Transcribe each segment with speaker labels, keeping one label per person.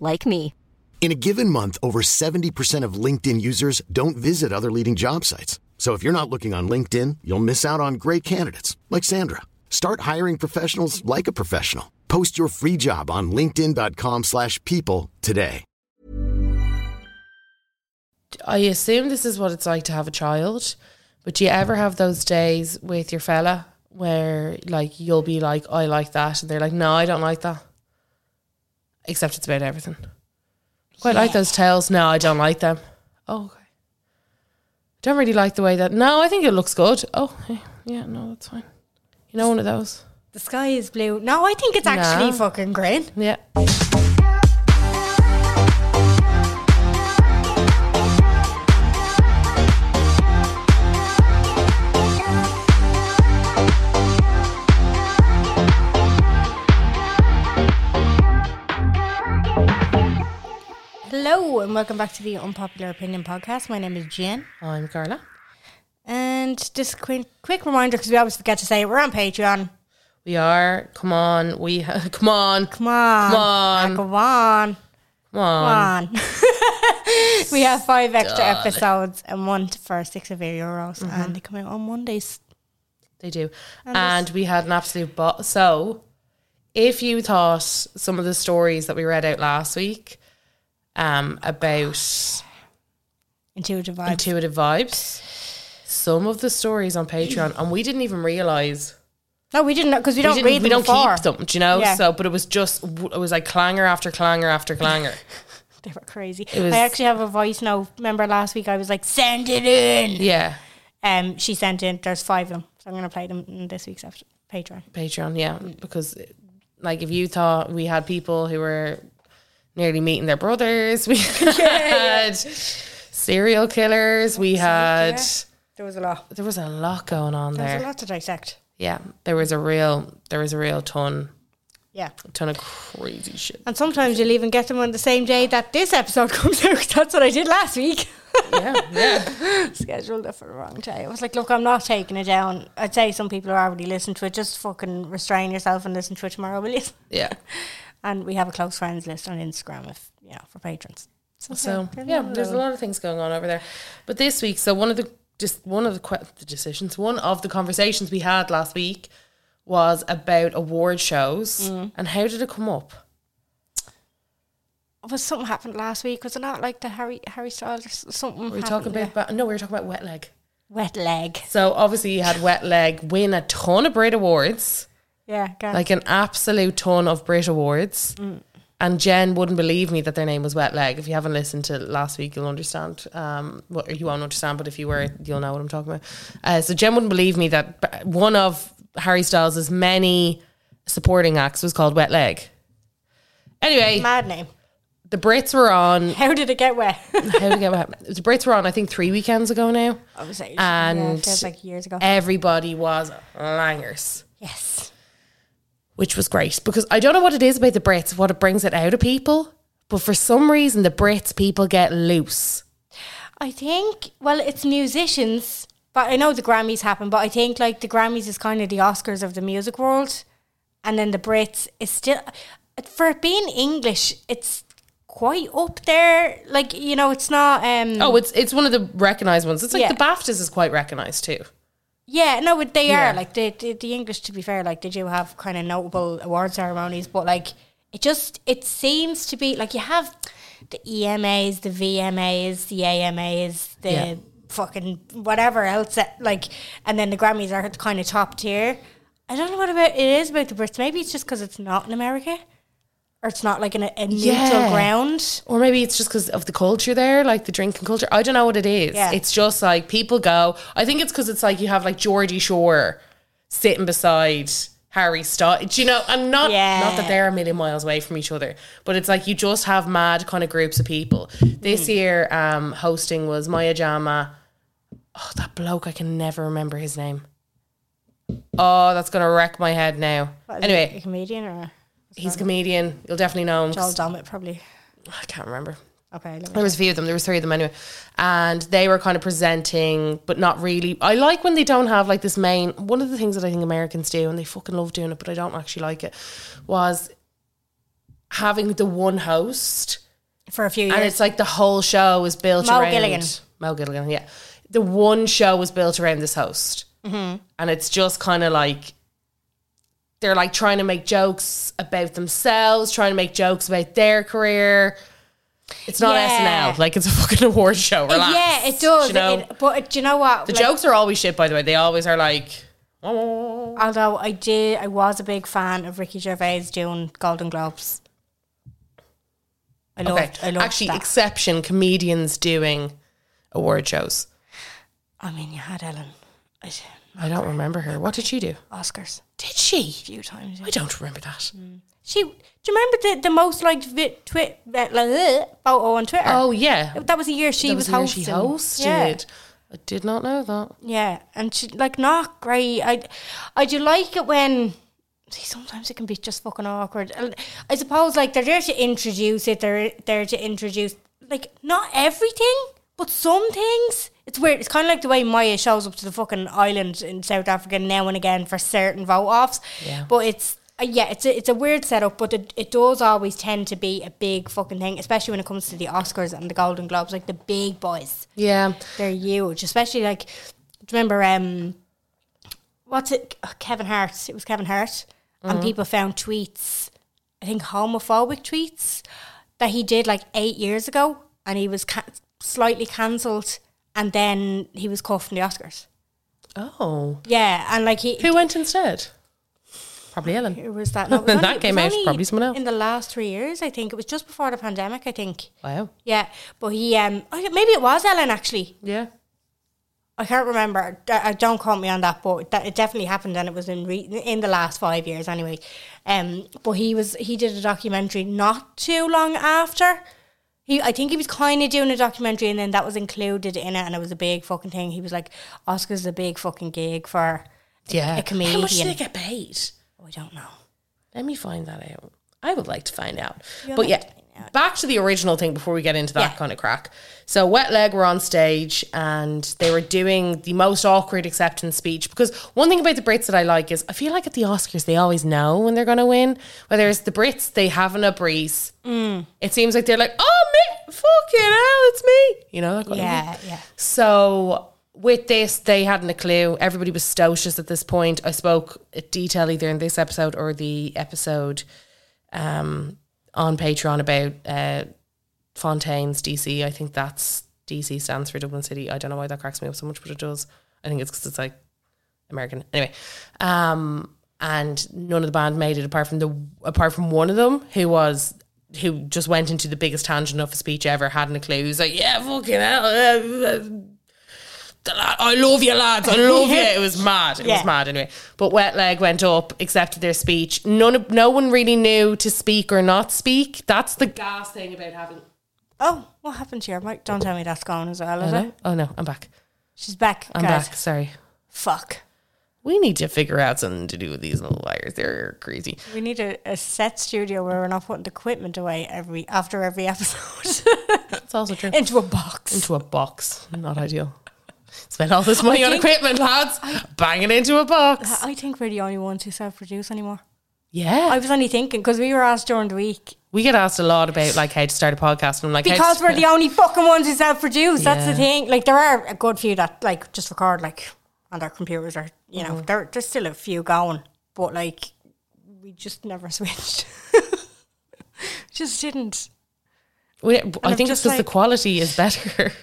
Speaker 1: like me.
Speaker 2: In a given month, over 70% of LinkedIn users don't visit other leading job sites. So if you're not looking on LinkedIn, you'll miss out on great candidates like Sandra. Start hiring professionals like a professional. Post your free job on linkedin.com/people slash people today.
Speaker 3: I assume this is what it's like to have a child, but do you ever have those days with your fella where like you'll be like, I like that and they're like, No, I don't like that. Except it's about everything. Quite like those tails. No, I don't like them. Oh okay. Don't really like the way that no, I think it looks good. Oh hey, yeah, no, that's fine. You know one of those.
Speaker 4: The sky is blue. No, I think it's actually
Speaker 3: No.
Speaker 4: fucking green.
Speaker 3: Yeah.
Speaker 4: Hello and welcome back to the Unpopular Opinion Podcast. My name is Jen.
Speaker 3: I'm Carla.
Speaker 4: And just quick, quick reminder because we always forget to say it, we're on Patreon.
Speaker 3: We are. Come on. We ha- come on. Come
Speaker 4: Come on.
Speaker 3: Come on.
Speaker 4: Come on. Come
Speaker 3: on.
Speaker 4: on. we have five extra episodes a month for six of eight euros
Speaker 3: Mm-hmm.
Speaker 4: and they come out on Mondays.
Speaker 3: They do. And, we had an absolute bot. So, if you thought some of the stories that we read out last week um, about
Speaker 4: Intuitive vibes.
Speaker 3: intuitive vibes, some of the stories on Patreon, and we didn't even realize
Speaker 4: no, we didn't because we, don't
Speaker 3: didn't-
Speaker 4: read them
Speaker 3: we don't
Speaker 4: before.
Speaker 3: keep them, do you know?
Speaker 4: Yeah.
Speaker 3: So, but it was just it was like clanger after clanger after clanger.
Speaker 4: They were crazy.
Speaker 3: was-
Speaker 4: I actually have a voice note. Remember last week I was like, send it in.
Speaker 3: yeah,
Speaker 4: Um, she sent in, there's five of them. So I'm going to play them in this week's after Patreon.
Speaker 3: Patreon, yeah, because like if you thought we had people who were nearly meeting their brothers, we had serial killers, we had.
Speaker 4: There was a lot.
Speaker 3: there was a lot going on
Speaker 4: There was a
Speaker 3: there.
Speaker 4: lot to dissect.
Speaker 3: Yeah, there was a real there was a real ton
Speaker 4: Yeah.
Speaker 3: ton of crazy shit.
Speaker 4: And sometimes you'll even get them on the same day that this episode comes out. That's what I did last week.
Speaker 3: Yeah, yeah.
Speaker 4: Scheduled it for the wrong day. I was like, look, I'm not taking it down. I'd say some people are already listening to it. Just fucking restrain yourself and listen to it tomorrow, will you?
Speaker 3: Yeah.
Speaker 4: And we have a close friends list on Instagram if you know for patrons.
Speaker 3: So yeah, there's a lot of things going on over there. But this week, so one of the just one of the, que- the decisions, one of the conversations we had last week was about award shows and how did it come up?
Speaker 4: Was something happened last week? Was it not like the Harry Harry Styles or s- something?
Speaker 3: Were we talking about, ba- no? We were talking about wet leg.
Speaker 4: wet leg?
Speaker 3: So obviously, you had wet leg win a ton of Brit awards.
Speaker 4: Yeah, go on.
Speaker 3: like an absolute ton of Brit Awards. And Jen wouldn't believe me that their name was Wet Leg. If you haven't listened to last week, you'll understand. Um, what or you won't understand, but if you were, you'll know what I'm talking about. Uh, so Jen wouldn't believe me that b- one of Harry Styles' many supporting acts was called Wet Leg. Anyway,
Speaker 4: mad name.
Speaker 3: the Brits were on.
Speaker 4: How did it get wet?
Speaker 3: How do we get wet? The Brits were on. I think three weekends ago now,
Speaker 4: I was like, yeah,
Speaker 3: and
Speaker 4: it feels like years ago.
Speaker 3: everybody was langers.
Speaker 4: yes.
Speaker 3: which was great because I don't know what it is about the Brits, what it brings it out of people, but for some reason the Brits people get loose.
Speaker 4: I think well, it's musicians, but I know the Grammys happen, but I think like the Grammys is kind of the Oscars of the music world, and then the Brits is still for it being English, it's quite up there. Like you know, it's not. um
Speaker 3: Oh, it's it's one of the recognised ones. It's like
Speaker 4: Yeah.
Speaker 3: the BAFTAs is quite recognised too.
Speaker 4: Yeah, no, but they
Speaker 3: Yeah.
Speaker 4: are like the, the the English. To be fair, like they do have kind of notable award ceremonies, but like it just it seems to be like you have the EMAs, the VMAs, the AMAs, the
Speaker 3: Yeah.
Speaker 4: fucking whatever else. That, like, and then the Grammys are kind of top tier. I don't know what about it is about the Brits. Maybe it's just because it's not in America, or it's not like in a, a neutral
Speaker 3: Yeah.
Speaker 4: ground.
Speaker 3: Or maybe it's just because of the culture there, like the drinking culture. I don't know what it is.
Speaker 4: Yeah.
Speaker 3: It's just like people go. I think it's because it's like you have like Geordie Shore sitting beside Harry Styles. Do you know? And not
Speaker 4: Yeah.
Speaker 3: not that they're a million miles away from each other, but it's like you just have mad kind of groups of people.
Speaker 4: Mm.
Speaker 3: This year, um, hosting was Maya Jama. Oh, that bloke! I can never remember his name. Oh, that's gonna wreck my head now.
Speaker 4: What, is he a
Speaker 3: Anyway,
Speaker 4: comedian or
Speaker 3: he's a comedian. You'll definitely know him. 'cause-
Speaker 4: Joel Domit probably.
Speaker 3: I can't remember.
Speaker 4: Okay, let me
Speaker 3: There was a few of them. There was three of them anyway, and they were kind of presenting, but not really. I like when they don't have like this main. One of the things that I think Americans do, and they fucking love doing it, but I don't actually like it, was having the one host,
Speaker 4: for a few years.
Speaker 3: and it's like the whole show is built
Speaker 4: Mo
Speaker 3: around
Speaker 4: Gilligan.
Speaker 3: Mo Gilligan, yeah. The one show was built around this host,
Speaker 4: Mm-hmm.
Speaker 3: and it's just kind of like they're like trying to make jokes about themselves, trying to make jokes about their career. It's not
Speaker 4: Yeah.
Speaker 3: SNL, like it's a fucking award show.
Speaker 4: It-
Speaker 3: Relax.
Speaker 4: Uh, yeah, it does.
Speaker 3: You know?
Speaker 4: it, but uh, do you know what?
Speaker 3: the
Speaker 4: Like,
Speaker 3: jokes are always shit, by the way. They always are like, oh,
Speaker 4: Although I did, I was a big fan of Ricky Gervais doing Golden Globes. I loved.
Speaker 3: okay.
Speaker 4: I loved
Speaker 3: Actually,
Speaker 4: that.
Speaker 3: exception comedians doing award shows.
Speaker 4: I mean, you had Ellen. I d-
Speaker 3: I don't remember her. What did she do?
Speaker 4: Oscars
Speaker 3: Did
Speaker 4: a
Speaker 3: she?
Speaker 4: few times. yeah.
Speaker 3: I don't remember that.
Speaker 4: She. Do you remember the, the most liked vi- twit uh, like, uh, photo on Twitter?
Speaker 3: Oh yeah,
Speaker 4: that was a year she
Speaker 3: That
Speaker 4: was,
Speaker 3: the year
Speaker 4: hosting.
Speaker 3: She hosted.
Speaker 4: Yeah.
Speaker 3: I did not know that.
Speaker 4: Yeah, and she like not great. I, I do like it when. See, sometimes it can be just fucking awkward. And I suppose like they're there to introduce it. They're there to introduce like not everything, but some things. It's weird. It's kind of like the way Maya shows up to the fucking island in South Africa now and again for certain vote offs.
Speaker 3: Yeah.
Speaker 4: But it's uh, yeah, it's a, it's a weird setup, but it, it does always tend to be a big fucking thing, especially when it comes to the Oscars and the Golden Globes, like the big boys
Speaker 3: Yeah,
Speaker 4: they're huge, especially like. Do you remember um, what's it? oh, Kevin Hart. It was Kevin Hart,
Speaker 3: Mm-hmm.
Speaker 4: and people found tweets. I think homophobic tweets that he did like eight years ago, and he was ca- slightly cancelled, and then he was cut from the Oscars.
Speaker 3: Oh,
Speaker 4: Yeah, and like he.
Speaker 3: who went instead? Probably Ellen.
Speaker 4: who was that? No, it was
Speaker 3: That
Speaker 4: it was
Speaker 3: came out
Speaker 4: only
Speaker 3: probably someone else.
Speaker 4: in the last three years. I think it was just before the pandemic. I think,
Speaker 3: Wow.
Speaker 4: yeah. But he, um, oh, yeah, maybe it was Ellen actually.
Speaker 3: Yeah.
Speaker 4: I can't remember. D- uh, Don't quote me on that, but that it definitely happened, and it was in re- in the last five years anyway. Um, but he was he did a documentary not too long after. He, I think he was kind of doing a documentary, and then that was included in it, and it was a big fucking thing. He was like, "Oscars is a big fucking gig for."
Speaker 3: Yeah.
Speaker 4: A comedian.
Speaker 3: How much did they get paid?
Speaker 4: Oh, I don't know.
Speaker 3: Let me find that out. I would like to find out. but yeah, back to the original thing before we get into that
Speaker 4: Yeah.
Speaker 3: kind of crack. So Wet Leg were on stage and they were doing the most awkward acceptance speech because one thing about the Brits that I like is I feel like at the Oscars they always know when they're going to win. Whether it's the Brits, they have an a breeze. It seems like they're like, oh, me, fucking hell, it's me. You know, that kind of thing.
Speaker 4: Yeah, yeah.
Speaker 3: So with this, they hadn't a clue. Everybody was stocious at this point. I spoke at detail either in this episode or the episode um, on Patreon about uh, Fontaine's DC. I think that's DC stands for Dublin City. I don't know why that cracks me up so much, but it does. I think it's because it's like American. Anyway, um, and none of the band made it apart from the apart from one of them who was who just went into the biggest tangent of a speech ever, hadn't a clue. He was like, "Yeah, fucking hell." uh, uh, the lad- I love you, lads. I love you. It was mad. It
Speaker 4: Yeah.
Speaker 3: was mad anyway. But Wet Leg went up, accepted their speech. None of, no one really knew to speak or not speak. That's the gas thing about having.
Speaker 4: Oh, what happened to your mic? Don't tell me that's gone as well, is it?
Speaker 3: Hello? Oh no, I'm back.
Speaker 4: She's back,
Speaker 3: I'm
Speaker 4: guys.
Speaker 3: back. Sorry.
Speaker 4: Fuck.
Speaker 3: We need to figure out something to do with these little wires. They're crazy.
Speaker 4: We need a, a set studio where we're not putting the equipment away every after every episode
Speaker 3: That's also true.
Speaker 4: into a box.
Speaker 3: into a box. Not ideal. Spend all this money on
Speaker 4: think-
Speaker 3: equipment, lads. Bang it into a box.
Speaker 4: I think we're the only ones who self-produce anymore. I
Speaker 3: Yeah.
Speaker 4: was only thinking because we were asked during the week
Speaker 3: We get asked a lot about like how to start a podcast, and I'm like, how to
Speaker 4: because we're
Speaker 3: start-
Speaker 4: the only fucking ones who self-produce. That's the
Speaker 3: Yeah.
Speaker 4: thing. Like there are a good few that like just record like on their computers or you know there there's still a few going, but like we just never switched. just didn't.
Speaker 3: We- I
Speaker 4: I'm
Speaker 3: think it's because
Speaker 4: just
Speaker 3: the
Speaker 4: like-
Speaker 3: quality is better.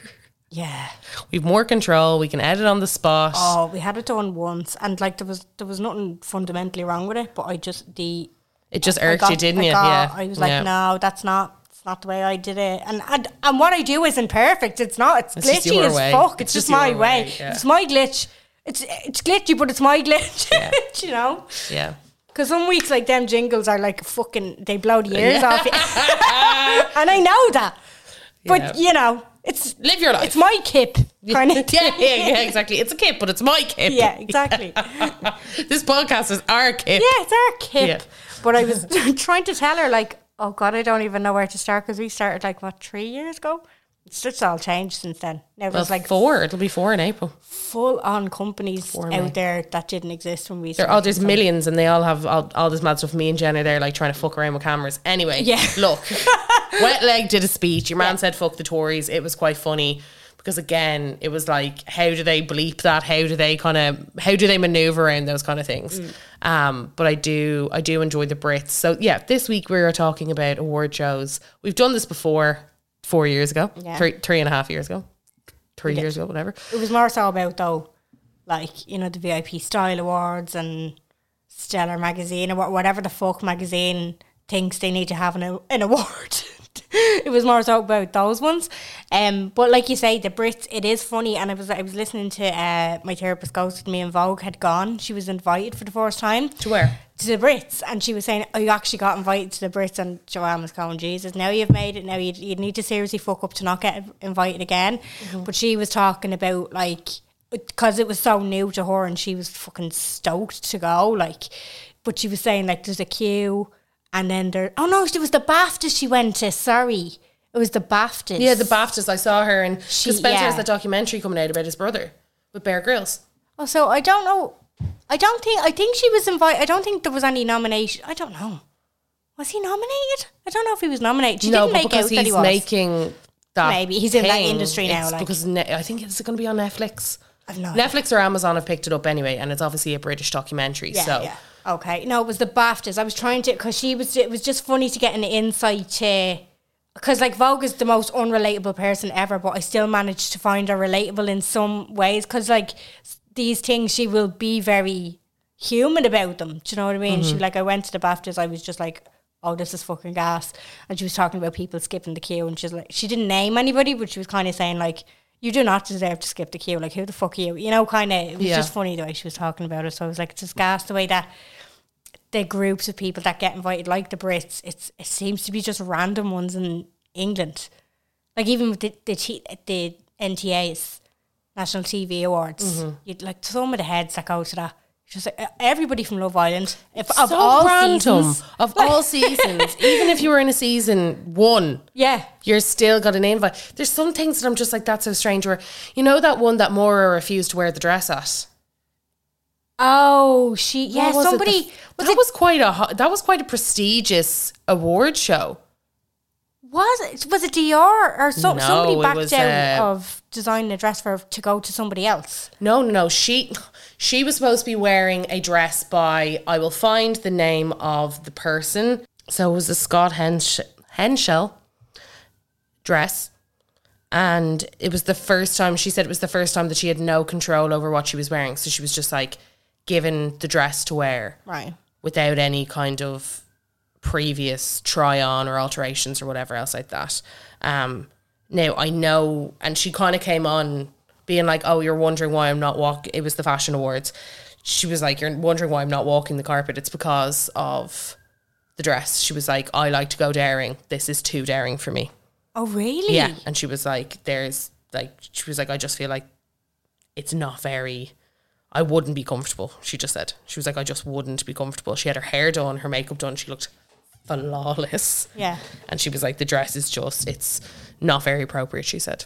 Speaker 4: Yeah.
Speaker 3: We've more control. We can edit on the spot.
Speaker 4: Oh, we had it done once, and like there was there was nothing fundamentally wrong with it, but I just the
Speaker 3: it just
Speaker 4: I
Speaker 3: irked
Speaker 4: got-
Speaker 3: you, didn't
Speaker 4: I
Speaker 3: it?
Speaker 4: got-
Speaker 3: yeah.
Speaker 4: I was like,
Speaker 3: Yeah.
Speaker 4: no, that's not. It's not the way I did it, and and, and what I do isn't perfect. It's not. It's,
Speaker 3: It's just
Speaker 4: glitchy
Speaker 3: your
Speaker 4: as
Speaker 3: way.
Speaker 4: fuck. It's,
Speaker 3: It's
Speaker 4: just,
Speaker 3: just
Speaker 4: my
Speaker 3: your
Speaker 4: way.
Speaker 3: way, yeah.
Speaker 4: It's my glitch. It's it's glitchy, but it's my glitch.
Speaker 3: Yeah.
Speaker 4: you know.
Speaker 3: Yeah.
Speaker 4: Because some weeks, like them jingles are like fucking, they blow the ears off you. and I know that. But,
Speaker 3: Yeah.
Speaker 4: you know, it's
Speaker 3: Live your life.
Speaker 4: it's my kip. Kind of
Speaker 3: yeah,
Speaker 4: thing.
Speaker 3: yeah, yeah, exactly. It's a kip, but it's my kip.
Speaker 4: Yeah, exactly.
Speaker 3: this podcast is our kip.
Speaker 4: Yeah, it's our kip.
Speaker 3: Yeah.
Speaker 4: But I was trying to tell her, like, oh God, I don't even know where to start because we started, like, what, three years ago? It's just all changed since then. Now
Speaker 3: Well,
Speaker 4: there's like
Speaker 3: four. It'll be four in April.
Speaker 4: full on companies
Speaker 3: Four, mate.
Speaker 4: out there that didn't exist when we
Speaker 3: There,
Speaker 4: started.
Speaker 3: oh, there's millions, and they all have all, all this mad stuff. Me and Jen are there, like trying to fuck around with cameras. Anyway,
Speaker 4: Yeah.
Speaker 3: Look, wet leg did a speech. Your man said, "Fuck the Tories." It was quite funny because again, it was like, how do they bleep that? How do they kind of how do they maneuver around those kind of things? Um, but I do I do enjoy the Brits. So yeah, this week we were talking about award shows. We've done this before, four years ago,
Speaker 4: Yeah.
Speaker 3: three three and a half years ago, three years ago, whatever.
Speaker 4: It was more so about, though, like, you know, the VIP Style Awards and Stellar Magazine or wha- whatever the fuck magazine thinks they need to have an, a- an award. it was more so about those ones. Um, but like you say, the Brits, it is funny. And I was I was listening to uh, my therapist goes with me and Vogue had gone. She was invited for the first time
Speaker 3: To where?
Speaker 4: to the Brits, and she was saying, "Oh, you actually got invited to the Brits." And Joanne was going, "Jesus, now you've made it. Now you you need to seriously fuck up to not get invited again."
Speaker 3: Mm-hmm.
Speaker 4: But she was talking about like because it was so new to her, and she was fucking stoked to go. Like, but she was saying like there's a queue, and then there. Oh no, it was the BAFTA she went to. Sorry, it was the BAFTA.
Speaker 3: Yeah, the BAFTAs. I saw her, and 'cause
Speaker 4: She-
Speaker 3: Spencer has
Speaker 4: yeah.
Speaker 3: that documentary coming out about his brother with Bear Grylls.
Speaker 4: Oh, so I don't know. I don't think. I think she was invited. I don't think there was any nomination. I don't know. Was he nominated? I don't know if he was nominated. She didn't make out
Speaker 3: because
Speaker 4: that he
Speaker 3: he's
Speaker 4: was.
Speaker 3: making that.
Speaker 4: Maybe. He's in that
Speaker 3: thing.
Speaker 4: industry now,
Speaker 3: It's
Speaker 4: like-
Speaker 3: because ne- I think it's going to be on Netflix.
Speaker 4: I've no idea.
Speaker 3: Netflix or Amazon have picked it up anyway, and it's obviously a British documentary.
Speaker 4: Yeah,
Speaker 3: so
Speaker 4: yeah. Okay. No, it was the BAFTAs. I was trying to because she was. It was just funny to get an insight to. Because like Vogue is the most unrelatable person ever, but I still managed to find her relatable in some ways. Because like s- these things, she will be very human about them. Do you know what I mean? She like I went to the BAFTAs. I was just like, oh, this is fucking gas. And she was talking about people skipping the queue, and she's like, she didn't name anybody, but she was kind of saying like, you do not deserve to skip the queue. Like who the fuck are you? You know, kind of. It was
Speaker 3: Yeah.
Speaker 4: just funny the way she was talking about it. So I was like, it's just gas the way that the groups of people that get invited, like the Brits, it's it seems to be just random ones in England. Like even with the the, T, the NTAs, National TV Awards,
Speaker 3: Mm-hmm.
Speaker 4: you'd like some of the heads that go to that. Just like, uh, everybody from Love Island, if, of
Speaker 3: So
Speaker 4: all
Speaker 3: random.
Speaker 4: seasons,
Speaker 3: of all seasons, even if you were in a season one,
Speaker 4: yeah,
Speaker 3: you're still got an invite. There's some things that I'm just like that's so strange. Where you know that one that Mora refused to wear the dress at.
Speaker 4: oh she, yeah,
Speaker 3: What was it? The-
Speaker 4: somebody was
Speaker 3: that
Speaker 4: it,
Speaker 3: was quite a ho- that was quite a prestigious award show.
Speaker 4: was it was it Dior or so,
Speaker 3: No,
Speaker 4: somebody
Speaker 3: it
Speaker 4: backed
Speaker 3: was,
Speaker 4: out
Speaker 3: uh,
Speaker 4: of designing a dress for to go to somebody else.
Speaker 3: No, no, no. She she was supposed to be wearing a dress by I will find the name of the person. So it was a Scott Hensh- Henshell dress. And it was the first time she said it was the first time that she had no control over what she was wearing. So she was just like given the dress to wear
Speaker 4: Right.
Speaker 3: without any kind of previous try on or alterations or whatever else like that. Um, now I know, and she kind of came on being like, "Oh, you're wondering why I'm not walk." It was the fashion awards. She was like, "You're wondering why I'm not walking the carpet. It's because of the dress." She was like, "I like to go daring. This is too daring for me."
Speaker 4: Oh really?
Speaker 3: Yeah, and she was like, "There's like," she was like, "I just feel like it's not very." I wouldn't be comfortable. She just said she was like, "I just wouldn't be comfortable." She had her hair done, her makeup done. She looked flawless,
Speaker 4: Yeah.
Speaker 3: and she was like, "The dress is just it's not very appropriate." She said.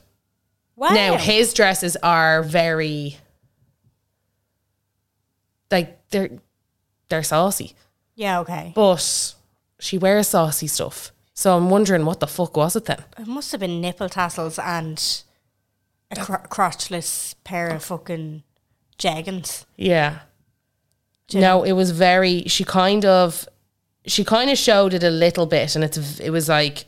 Speaker 4: Wow.
Speaker 3: Now his dresses are very like they're they're saucy,
Speaker 4: yeah. Okay.
Speaker 3: but she wears saucy stuff. So I'm wondering what the fuck was it then?
Speaker 4: It must have been nipple tassels and a cr- crotchless pair of fucking jeggings.
Speaker 3: Yeah.
Speaker 4: Do you
Speaker 3: no, it was very. She kind of, she kind of showed it a little bit, and it's v- it was like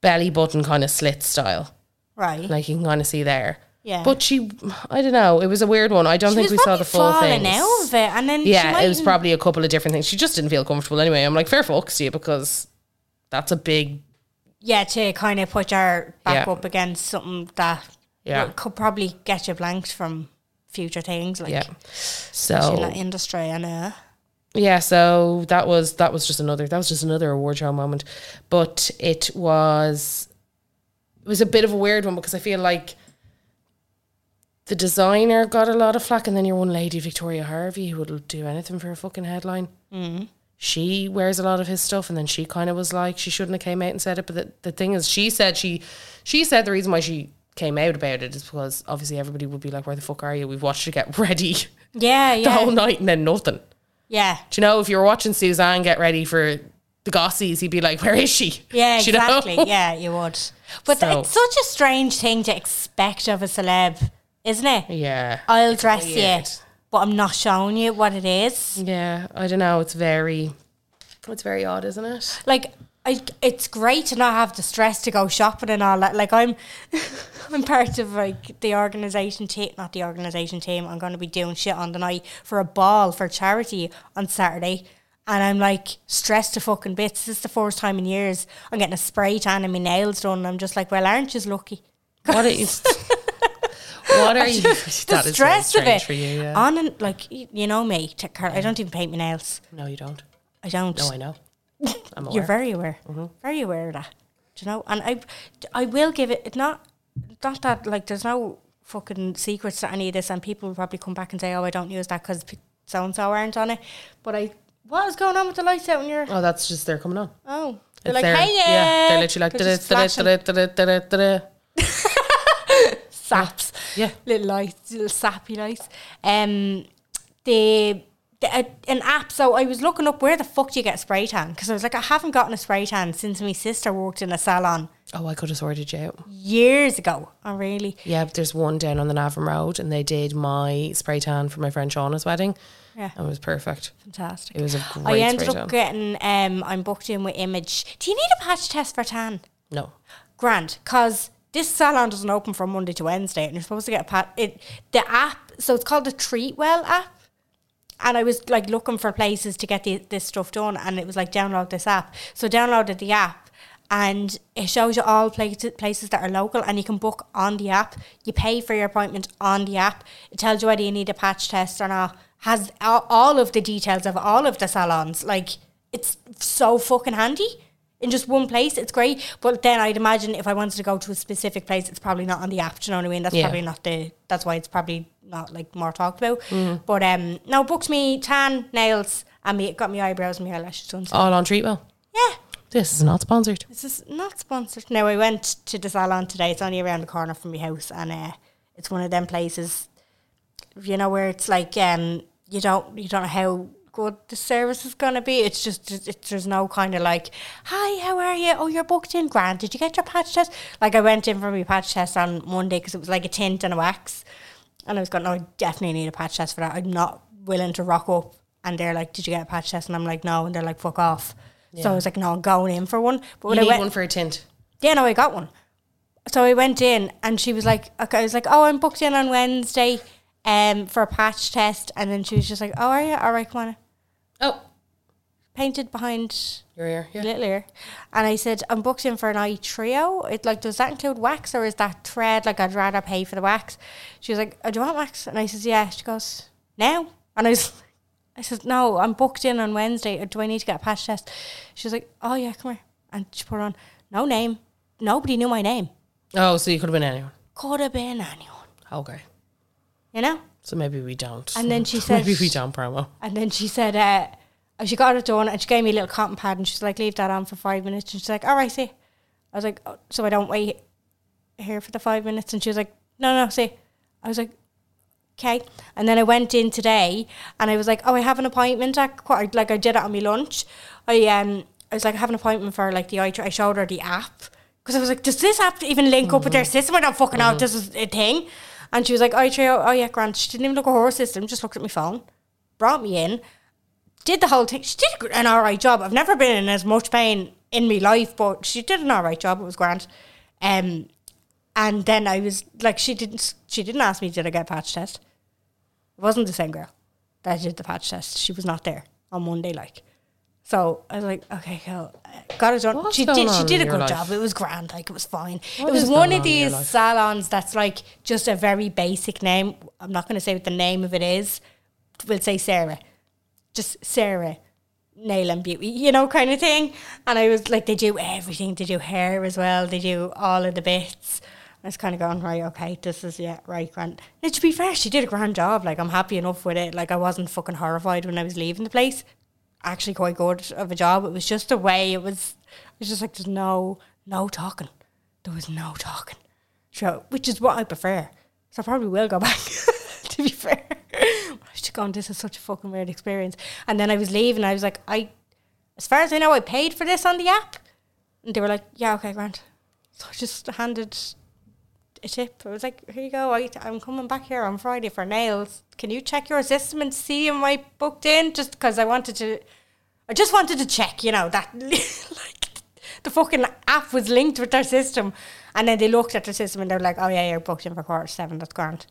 Speaker 3: belly button kind of slit style,
Speaker 4: Right.
Speaker 3: like you can kind of see there.
Speaker 4: Yeah.
Speaker 3: But she, I don't know. It was a weird one. I don't
Speaker 4: She
Speaker 3: think
Speaker 4: was
Speaker 3: we saw the
Speaker 4: probably
Speaker 3: full
Speaker 4: falling
Speaker 3: thing.
Speaker 4: out of it, and then she
Speaker 3: Yeah, it was
Speaker 4: mightn't-
Speaker 3: probably a couple of different things. She just didn't feel comfortable anyway. I'm like, fair fucks to you because that's a big
Speaker 4: yeah to kind of put your back
Speaker 3: Yeah.
Speaker 4: up against something that
Speaker 3: Yeah.
Speaker 4: would- could probably get you blanked from future things like
Speaker 3: yeah. So
Speaker 4: in that industry. I know.
Speaker 3: yeah, so that was that was just another that was just another award show moment, but it was it was a bit of a weird one because I feel like the designer got a lot of flack, and then your one lady Victoria Harvey who would do anything for a fucking headline. Mm. She wears a lot of his stuff, and then she kind of was like she shouldn't have came out and said it. But the, the thing is, she said she she said the reason why she came out about it is because obviously everybody would be like, "Where the fuck are you? We've watched you get ready
Speaker 4: Yeah,
Speaker 3: the whole
Speaker 4: yeah.
Speaker 3: night and then nothing."
Speaker 4: Yeah.
Speaker 3: Do you know if you were watching Suzanne get ready for the gossies, he'd be like, "Where is she?"
Speaker 4: Yeah,
Speaker 3: Do you know?
Speaker 4: exactly. Yeah, you would. But th-
Speaker 3: So-
Speaker 4: it's such a strange thing to expect of a celeb, isn't it?
Speaker 3: yeah,
Speaker 4: I'll dress you,
Speaker 3: Weird.
Speaker 4: but I'm not showing you what it is.
Speaker 3: yeah. I don't know. It's very, it's very odd, isn't it?
Speaker 4: Like, I, it's great to not have the stress to go shopping and all that. Like, I'm, I'm part of like the organization team, not the organization team. I'm going to be doing shit on the night for a ball for charity on Saturday, and I'm like stressed to fucking bits. This is the first time in years I'm getting a spray tan and my nails done. And I'm just like, well, aren't you lucky?
Speaker 3: What is? what are you? That
Speaker 4: the
Speaker 3: is very
Speaker 4: stress of
Speaker 3: strange
Speaker 4: it.
Speaker 3: for you. Yeah.
Speaker 4: On and like y- you know me, to Carl, I don't even paint my nails.
Speaker 3: no, you don't.
Speaker 4: I don't.
Speaker 3: No, I know. I'm aware. Mm-hmm.
Speaker 4: You're very aware, very aware of that. Do you know? And I, I will give it. It's not, not that like there's no fucking secrets to any of this, and people will probably come back and say, "Oh, I don't use that because so and so aren't on it." But I, what is going on with the lights out in your?
Speaker 3: oh, that's just they're coming on.
Speaker 4: Oh, they're
Speaker 3: It's
Speaker 4: like,
Speaker 3: there.
Speaker 4: "Hey, yeah."
Speaker 3: yeah. They're literally like,
Speaker 4: They're just
Speaker 3: "Da-da,
Speaker 4: flashing
Speaker 3: da-da, da-da, da-da, da-da."
Speaker 4: saps.
Speaker 3: Yeah.
Speaker 4: little lights, little sappy lights. Um, the, the uh, an app. So I was looking up where the fuck do you get spray tan? Because I was like, I haven't gotten a spray tan since my sister worked in a salon
Speaker 3: Oh, I could have sorted you out.
Speaker 4: years ago. Oh, really?
Speaker 3: Yeah, but there's one down on the Navan Road, and they did my spray tan for my friend Shauna's wedding,
Speaker 4: Yeah,
Speaker 3: and it was perfect.
Speaker 4: fantastic.
Speaker 3: It was a great
Speaker 4: I ended
Speaker 3: spray tan.
Speaker 4: up getting. Um, I'm booked in with Image. Do you need a patch test for tan?
Speaker 3: No,
Speaker 4: Grand, because this salon doesn't open from Monday to Wednesday, and you're supposed to get a pat. It the app, so it's called the Treatwell app. And I was like looking for places to get the, this stuff done, and it was like download this app. So I downloaded the app, and it shows you all places places that are local, and you can book on the app. You pay for your appointment on the app. It tells you whether you need a patch test or not. Has all, all of the details of all of the salons. Like it's so fucking handy in just one place. It's great, but then I'd imagine if I wanted to go to a specific place, it's probably not on the app. Do you know what I mean? That's
Speaker 3: Yeah.
Speaker 4: probably not the. That's why it's probably not like more talked about. But um, no, booked me tan nails and me got me eyebrows and my eyelashes done. So,
Speaker 3: all on Treatwell.
Speaker 4: yeah,
Speaker 3: This is not sponsored.
Speaker 4: this is not sponsored. No, I went to the salon today. It's only around the corner from my house, and uh, it's one of them places, you know, where it's like um, you don't you don't know how good the service is gonna be. It's just it's, it's- there's no kind of like, hi, how are you? Oh, you're booked in. Grand. Did you get your patch test? Like I went in for my patch test on Monday because it was like a tint and a wax, and I was going, no, I definitely need a patch test for that. I'm not willing to rock up. And they're like, did you get a patch test? And I'm like, no. And they're like, fuck off. So I was like, no, I'm going in for one.
Speaker 3: You
Speaker 4: But when
Speaker 3: need
Speaker 4: I went,
Speaker 3: one for a tint.
Speaker 4: yeah, no, I got one. So I went in and she was like, okay, I was like, oh, I'm booked in on Wednesday um, for a patch test. And then she was just like, oh, are you? All right, come on.
Speaker 3: Oh,
Speaker 4: Painted behind
Speaker 3: your ear. Yeah.
Speaker 4: little ear. And I said, I'm booked in for an eye trio. It like, does that include wax or is that thread? Like, I'd rather pay for the wax. She was like, oh, do you want wax? And I says, yeah. She goes, now? And I was, I said, no, I'm booked in on Wednesday. Uh, Do I need to get a patch test? She was like, oh, yeah, come here. And she put her on, no name. Nobody knew my name.
Speaker 3: Oh, so you could have been anyone.
Speaker 4: could have been anyone,
Speaker 3: Okay.
Speaker 4: you know?
Speaker 3: So maybe we don't.
Speaker 4: And then she said,
Speaker 3: maybe we don't promo.
Speaker 4: and then she said, uh, oh, she got it done and she gave me a little cotton pad and she's like, leave that on for five minutes. And she's like, all right, see. I was like, oh, so I don't wait here for the five minutes. And she was like, no, no, see. I was like, okay. And then I went in today and I was like, oh, I have an appointment. At, qu- like I did it on my lunch. I, um, I was like, I have an appointment for like the eye, tr- I showed her the app because I was like, does this app even link up with their system? I don't fucking know if this is a thing. And she was like, eye trio, oh yeah, Grant. She didn't even look at her system, just looked at my phone, brought me in, did the whole thing. She did a gr- an all right job. I've never been in as much pain in my life, but she did an all right job. It was grand. Um, and then I was like, she didn't. She didn't ask me did I get a patch test. It wasn't the same girl that did the patch test. She was not there on Monday, like. So I was like, okay, cool. Uh, Got it done.
Speaker 3: What's
Speaker 4: she
Speaker 3: going
Speaker 4: did. She
Speaker 3: on
Speaker 4: did a
Speaker 3: in your
Speaker 4: good
Speaker 3: life?
Speaker 4: job. It was grand. Like it was fine.
Speaker 3: What
Speaker 4: it was
Speaker 3: is
Speaker 4: one
Speaker 3: going
Speaker 4: of
Speaker 3: on in your
Speaker 4: these
Speaker 3: life?
Speaker 4: salons that's like just a very basic name. I'm not going to say what the name of it is. We'll say Sarah just Sarah, nail and beauty, you know, kind of thing. And I was like, they do everything. They do hair as well. They do all of the bits. I was kind of going, right, okay, this is, yeah, right, grand. And to be fair, she did a grand job. Like, I'm happy enough with it. Like, I wasn't fucking horrified when I was leaving the place. Actually, quite good of a job. It was just the way it was. It was just like, there's no, no talking. There was no talking. So, which is what I prefer. So I probably will go back, to be fair. I was just going, this is such a fucking weird experience. And then I was leaving, I was like, I, as far as I know, I paid for this on the app. And they were like, yeah, okay, Grant. So I just handed a tip. I was like, here you go. I, I'm coming back here on Friday for nails. Can you check your system and see am I booked in? Just because I wanted to, I just wanted to check, you know, that like the fucking app was linked with their system. And then they looked at the system and they're like, oh yeah, you're booked in for quarter seven. That's grand.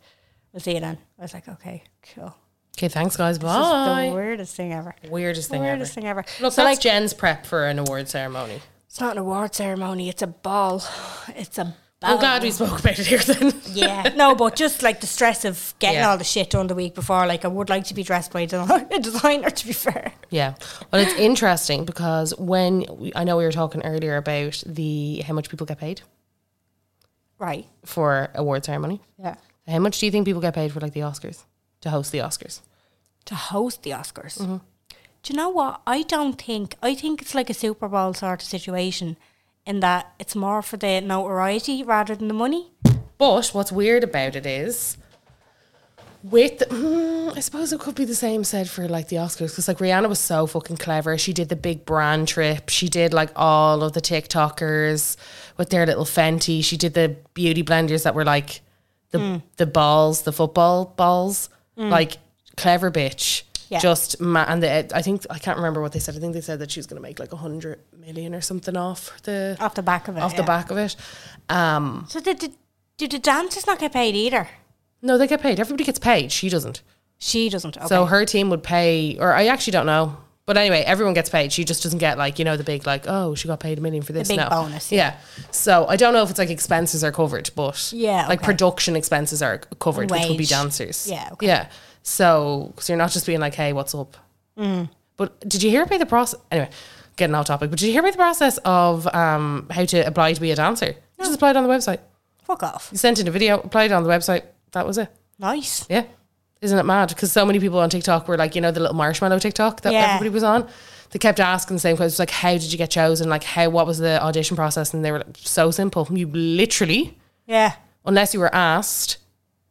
Speaker 4: We'll see you then. I was like, okay, cool.
Speaker 3: Okay, thanks guys.
Speaker 4: This is
Speaker 3: Bye.
Speaker 4: the weirdest thing ever.
Speaker 3: weirdest thing
Speaker 4: weirdest
Speaker 3: ever.
Speaker 4: thing ever.
Speaker 3: Look,
Speaker 4: So,
Speaker 3: that's
Speaker 4: like-
Speaker 3: Jen's prep for an award ceremony.
Speaker 4: It's not an award ceremony. It's a ball. It's a ball.
Speaker 3: I'm glad Oh, we spoke about it here then.
Speaker 4: yeah, no, but just like the stress of getting
Speaker 3: Yeah.
Speaker 4: all the shit done the week before. Like, I would like to be dressed by a design- a designer, to be fair.
Speaker 3: Yeah. Well, it's interesting because when we, I know we were talking earlier about the how much people get paid
Speaker 4: Right.
Speaker 3: for award ceremony.
Speaker 4: Yeah.
Speaker 3: How much do you think people get paid for like the Oscars to host the Oscars?
Speaker 4: To host the Oscars.
Speaker 3: Mm-hmm.
Speaker 4: Do you know what? I don't think, I think it's like a Super Bowl sort of situation in that it's more for the notoriety rather than the money.
Speaker 3: But what's weird about it is with mm, I suppose it could be the same said for like the Oscars because like Rihanna was so fucking clever. She did the big brand trip. She did like all of the TikTokers with their little Fenty. She did the beauty blenders that were like the
Speaker 4: Mm.
Speaker 3: the balls, the football balls, like clever bitch.
Speaker 4: Yeah.
Speaker 3: Just ma- and the, I think I can't remember what they said. I think they said that she was going to make like a hundred million or something off the
Speaker 4: Off the back of it.
Speaker 3: off the
Speaker 4: yeah.
Speaker 3: back of it. Um,
Speaker 4: So, did, did, did the dancers not get paid either?
Speaker 3: no, they get paid. Everybody gets paid. She doesn't.
Speaker 4: She doesn't. Okay.
Speaker 3: So her team would pay, or I actually don't know. But anyway, everyone gets paid. She just doesn't get like you know the big like oh she got paid a million for this
Speaker 4: big
Speaker 3: no.
Speaker 4: bonus,
Speaker 3: Yeah. So I don't know if it's like expenses are covered, but
Speaker 4: Yeah,
Speaker 3: like
Speaker 4: okay.
Speaker 3: production expenses are covered, which would be
Speaker 4: Wage.
Speaker 3: dancers.
Speaker 4: Yeah, okay.
Speaker 3: Yeah. So because you're not just being like hey what's up.
Speaker 4: Mm.
Speaker 3: But did you hear about the process? Anyway, getting off topic. But did you hear about the process of um, how to apply to be a dancer? You Just applied on the website.
Speaker 4: Fuck off.
Speaker 3: You sent in a video, applied on the website. That was it.
Speaker 4: Nice.
Speaker 3: Yeah. Isn't it mad? Because so many people on TikTok were like, you know, the little marshmallow TikTok that
Speaker 4: Yeah.
Speaker 3: everybody was on. They kept asking the same questions like, how did you get chosen? Like, how, what was the audition process? And they were like, so simple. You literally,
Speaker 4: Yeah.
Speaker 3: unless you were asked,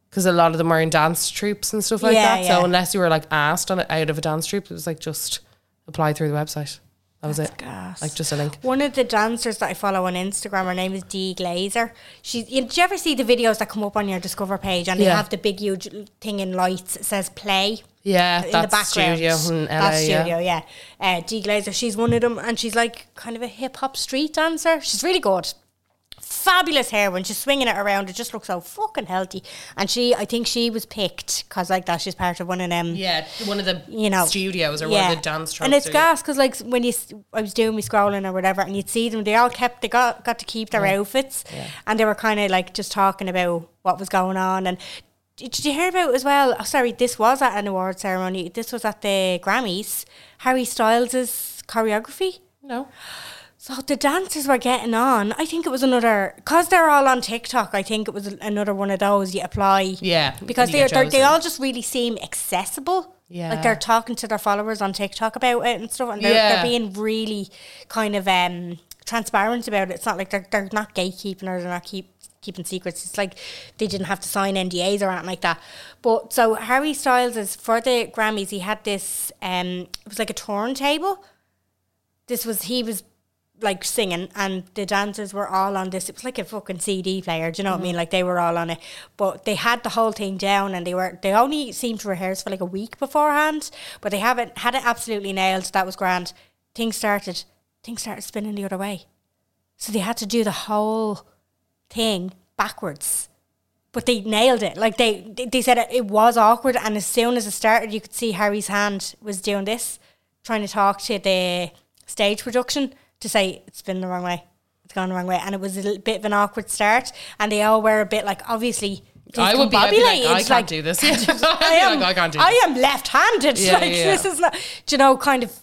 Speaker 3: because a lot of them are in dance troops and stuff like
Speaker 4: Yeah,
Speaker 3: that.
Speaker 4: yeah.
Speaker 3: So unless you were like asked on out of a dance troupe, it was like just apply through the website. That was it.
Speaker 4: gas.
Speaker 3: Like just a link.
Speaker 4: One of the dancers that I follow on Instagram, her name is Dee Glazer. She's. You, did you ever see the videos that come up on your Discover page and they
Speaker 3: Yeah.
Speaker 4: have the big huge l- thing in lights? It says play
Speaker 3: Yeah,
Speaker 4: in the
Speaker 3: that's
Speaker 4: background.
Speaker 3: studio in LA.
Speaker 4: that's
Speaker 3: yeah.
Speaker 4: studio, yeah. Uh, Dee Glazer, she's one of them, and she's like kind of a hip hop street dancer. She's really good. Fabulous hair when she's swinging it around. It just looks so fucking healthy. And she, I think she was picked because like that, she's part of one of them
Speaker 3: Yeah, one of the
Speaker 4: you know
Speaker 3: studios or
Speaker 4: yeah.
Speaker 3: one of the dance troops.
Speaker 4: and it's
Speaker 3: or-
Speaker 4: gas because like when you s- I was doing me scrolling or whatever and you'd see them they all kept they got got to keep their outfits and they were kind of like just talking about what was going on and did did you hear about as well oh, sorry this was at an award ceremony this was at the Grammys Harry Styles's choreography
Speaker 3: No.
Speaker 4: so the dancers were getting on I think it was another because they're all on TikTok I think it was another one of those you apply
Speaker 3: Yeah.
Speaker 4: because
Speaker 3: and you
Speaker 4: they
Speaker 3: get
Speaker 4: they they
Speaker 3: chosen.
Speaker 4: all just really seem accessible.
Speaker 3: Yeah.
Speaker 4: like they're talking to their followers on TikTok about it and stuff, and they're,
Speaker 3: Yeah.
Speaker 4: they're being really kind of um transparent about it. It's not like they're they're not gatekeeping or they're not keep keeping secrets. It's like they didn't have to sign NDAs or anything like that. But so Harry Styles is for the Grammys. He had this um, it was like a turntable. This was he was like singing and the dancers were all on this it was like a fucking cd player do you know what i mean like they were all on it but they had the whole thing down and they were they only seemed to rehearse for like a week beforehand but they haven't had it absolutely nailed that was grand things started things started spinning the other way so they had to do the whole thing backwards but they nailed it like they they- they said it, it was awkward and as soon as it started you could see harry's hand was doing this trying to talk to the stage production to say it's been the wrong way it's gone the wrong way and it was a little bit of an awkward start and they all were a bit like obviously
Speaker 3: I would be, I'd be like,
Speaker 4: discombobulated,
Speaker 3: I can't
Speaker 4: like-
Speaker 3: do this. I'd be like, I can't do this.
Speaker 4: I am left-handed.
Speaker 3: Yeah,
Speaker 4: like
Speaker 3: yeah,
Speaker 4: this
Speaker 3: yeah.
Speaker 4: is not, do you know, kind of.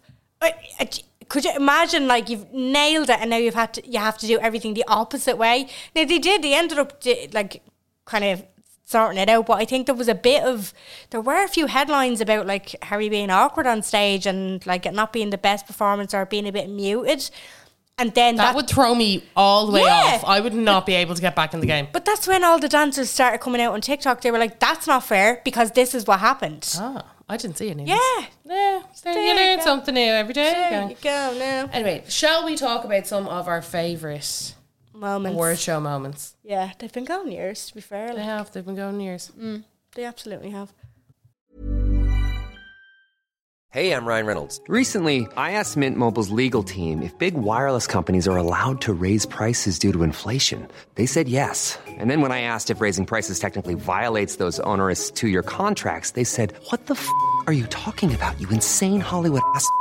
Speaker 4: I- I- Could you imagine? Like you've nailed it, and now you've had to, you have to do everything the opposite way. Now they did. They ended up di- like kind of sorting it out, but I think there was a bit of there were a few headlines about like Harry being awkward on stage and like it not being the best performance or it being a bit muted, and then
Speaker 3: That
Speaker 4: that,
Speaker 3: would throw me all the way
Speaker 4: Yeah.
Speaker 3: off. I would not be able to get back in the game.
Speaker 4: But that's when all the dancers started coming out on TikTok. They were like, "That's not fair because this is what happened."
Speaker 3: Ah, I didn't see any. of
Speaker 4: Yeah.
Speaker 3: this. Yeah, so
Speaker 4: There
Speaker 3: you
Speaker 4: you
Speaker 3: learn
Speaker 4: go.
Speaker 3: something new every day.
Speaker 4: There
Speaker 3: gang.
Speaker 4: you go now.
Speaker 3: Anyway, shall we talk about some of our favourite
Speaker 4: Moments.
Speaker 3: award show moments?
Speaker 4: Yeah, they've been going years. To be fair,
Speaker 3: They
Speaker 4: like,
Speaker 3: have, they've been going years.
Speaker 4: they absolutely have.
Speaker 5: Hey, I'm Ryan Reynolds. Recently, I asked Mint Mobile's legal team if big wireless companies are allowed to raise prices due to inflation. They said yes. And then when I asked if raising prices technically violates those onerous two year contracts, they said, What the f are you talking about, you insane Hollywood ass? f-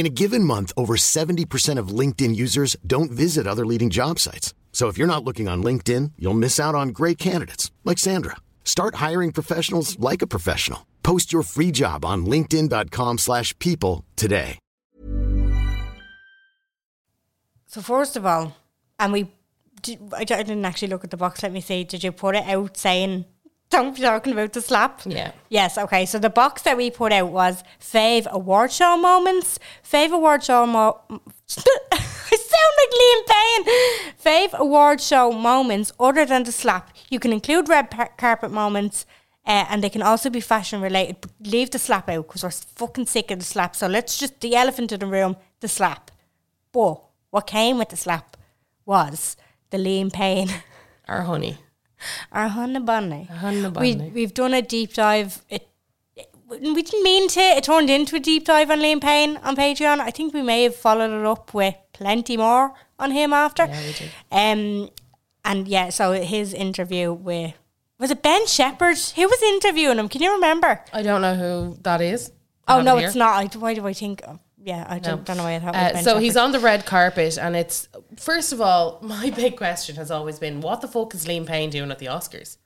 Speaker 2: In a given month, over 70% of LinkedIn users don't visit other leading job sites. So if you're not looking on LinkedIn, you'll miss out on great candidates like Sandra. Start hiring professionals like a professional. Post your free job on linkedin.com/people slash people today.
Speaker 4: So first of all, and we, did, I don't- I didn't actually look at the box. Let me see. Did you put it out saying? Don't be talking about the slap.
Speaker 3: Yeah.
Speaker 4: Yes. Okay. So the box that we put out was fave award show moments, fave award show mo. I sound like Liam Payne. Fave award show moments other than the slap. You can include red par- carpet moments, uh, and they can also be fashion related. But leave the slap out because we're fucking sick of the slap. So let's just the elephant in the room, the slap. But what came with the slap was the Liam Payne.
Speaker 3: Our honey.
Speaker 4: Our Hannah Bonney.
Speaker 3: Hannah
Speaker 4: We,
Speaker 3: Bonney.
Speaker 4: we've done a deep dive. It, it- we didn't mean to. It turned into a deep dive on Liam Payne on Patreon. I think we may have followed it up with plenty more on him after.
Speaker 3: Yeah, we did.
Speaker 4: Um, and yeah, so his interview with was it Ben Shepherd? Who was interviewing him? Can you remember?
Speaker 3: I don't know who that is. I
Speaker 4: Oh
Speaker 3: have
Speaker 4: no,
Speaker 3: it
Speaker 4: it's
Speaker 3: here.
Speaker 4: not. I, why do I think? Yeah, I don't, don't know why I thought. it was
Speaker 3: Uh,
Speaker 4: ben
Speaker 3: so he's
Speaker 4: Shepherd.
Speaker 3: on the red carpet, and it's first of all, my big question has always been, what the fuck is Liam Payne doing at the Oscars?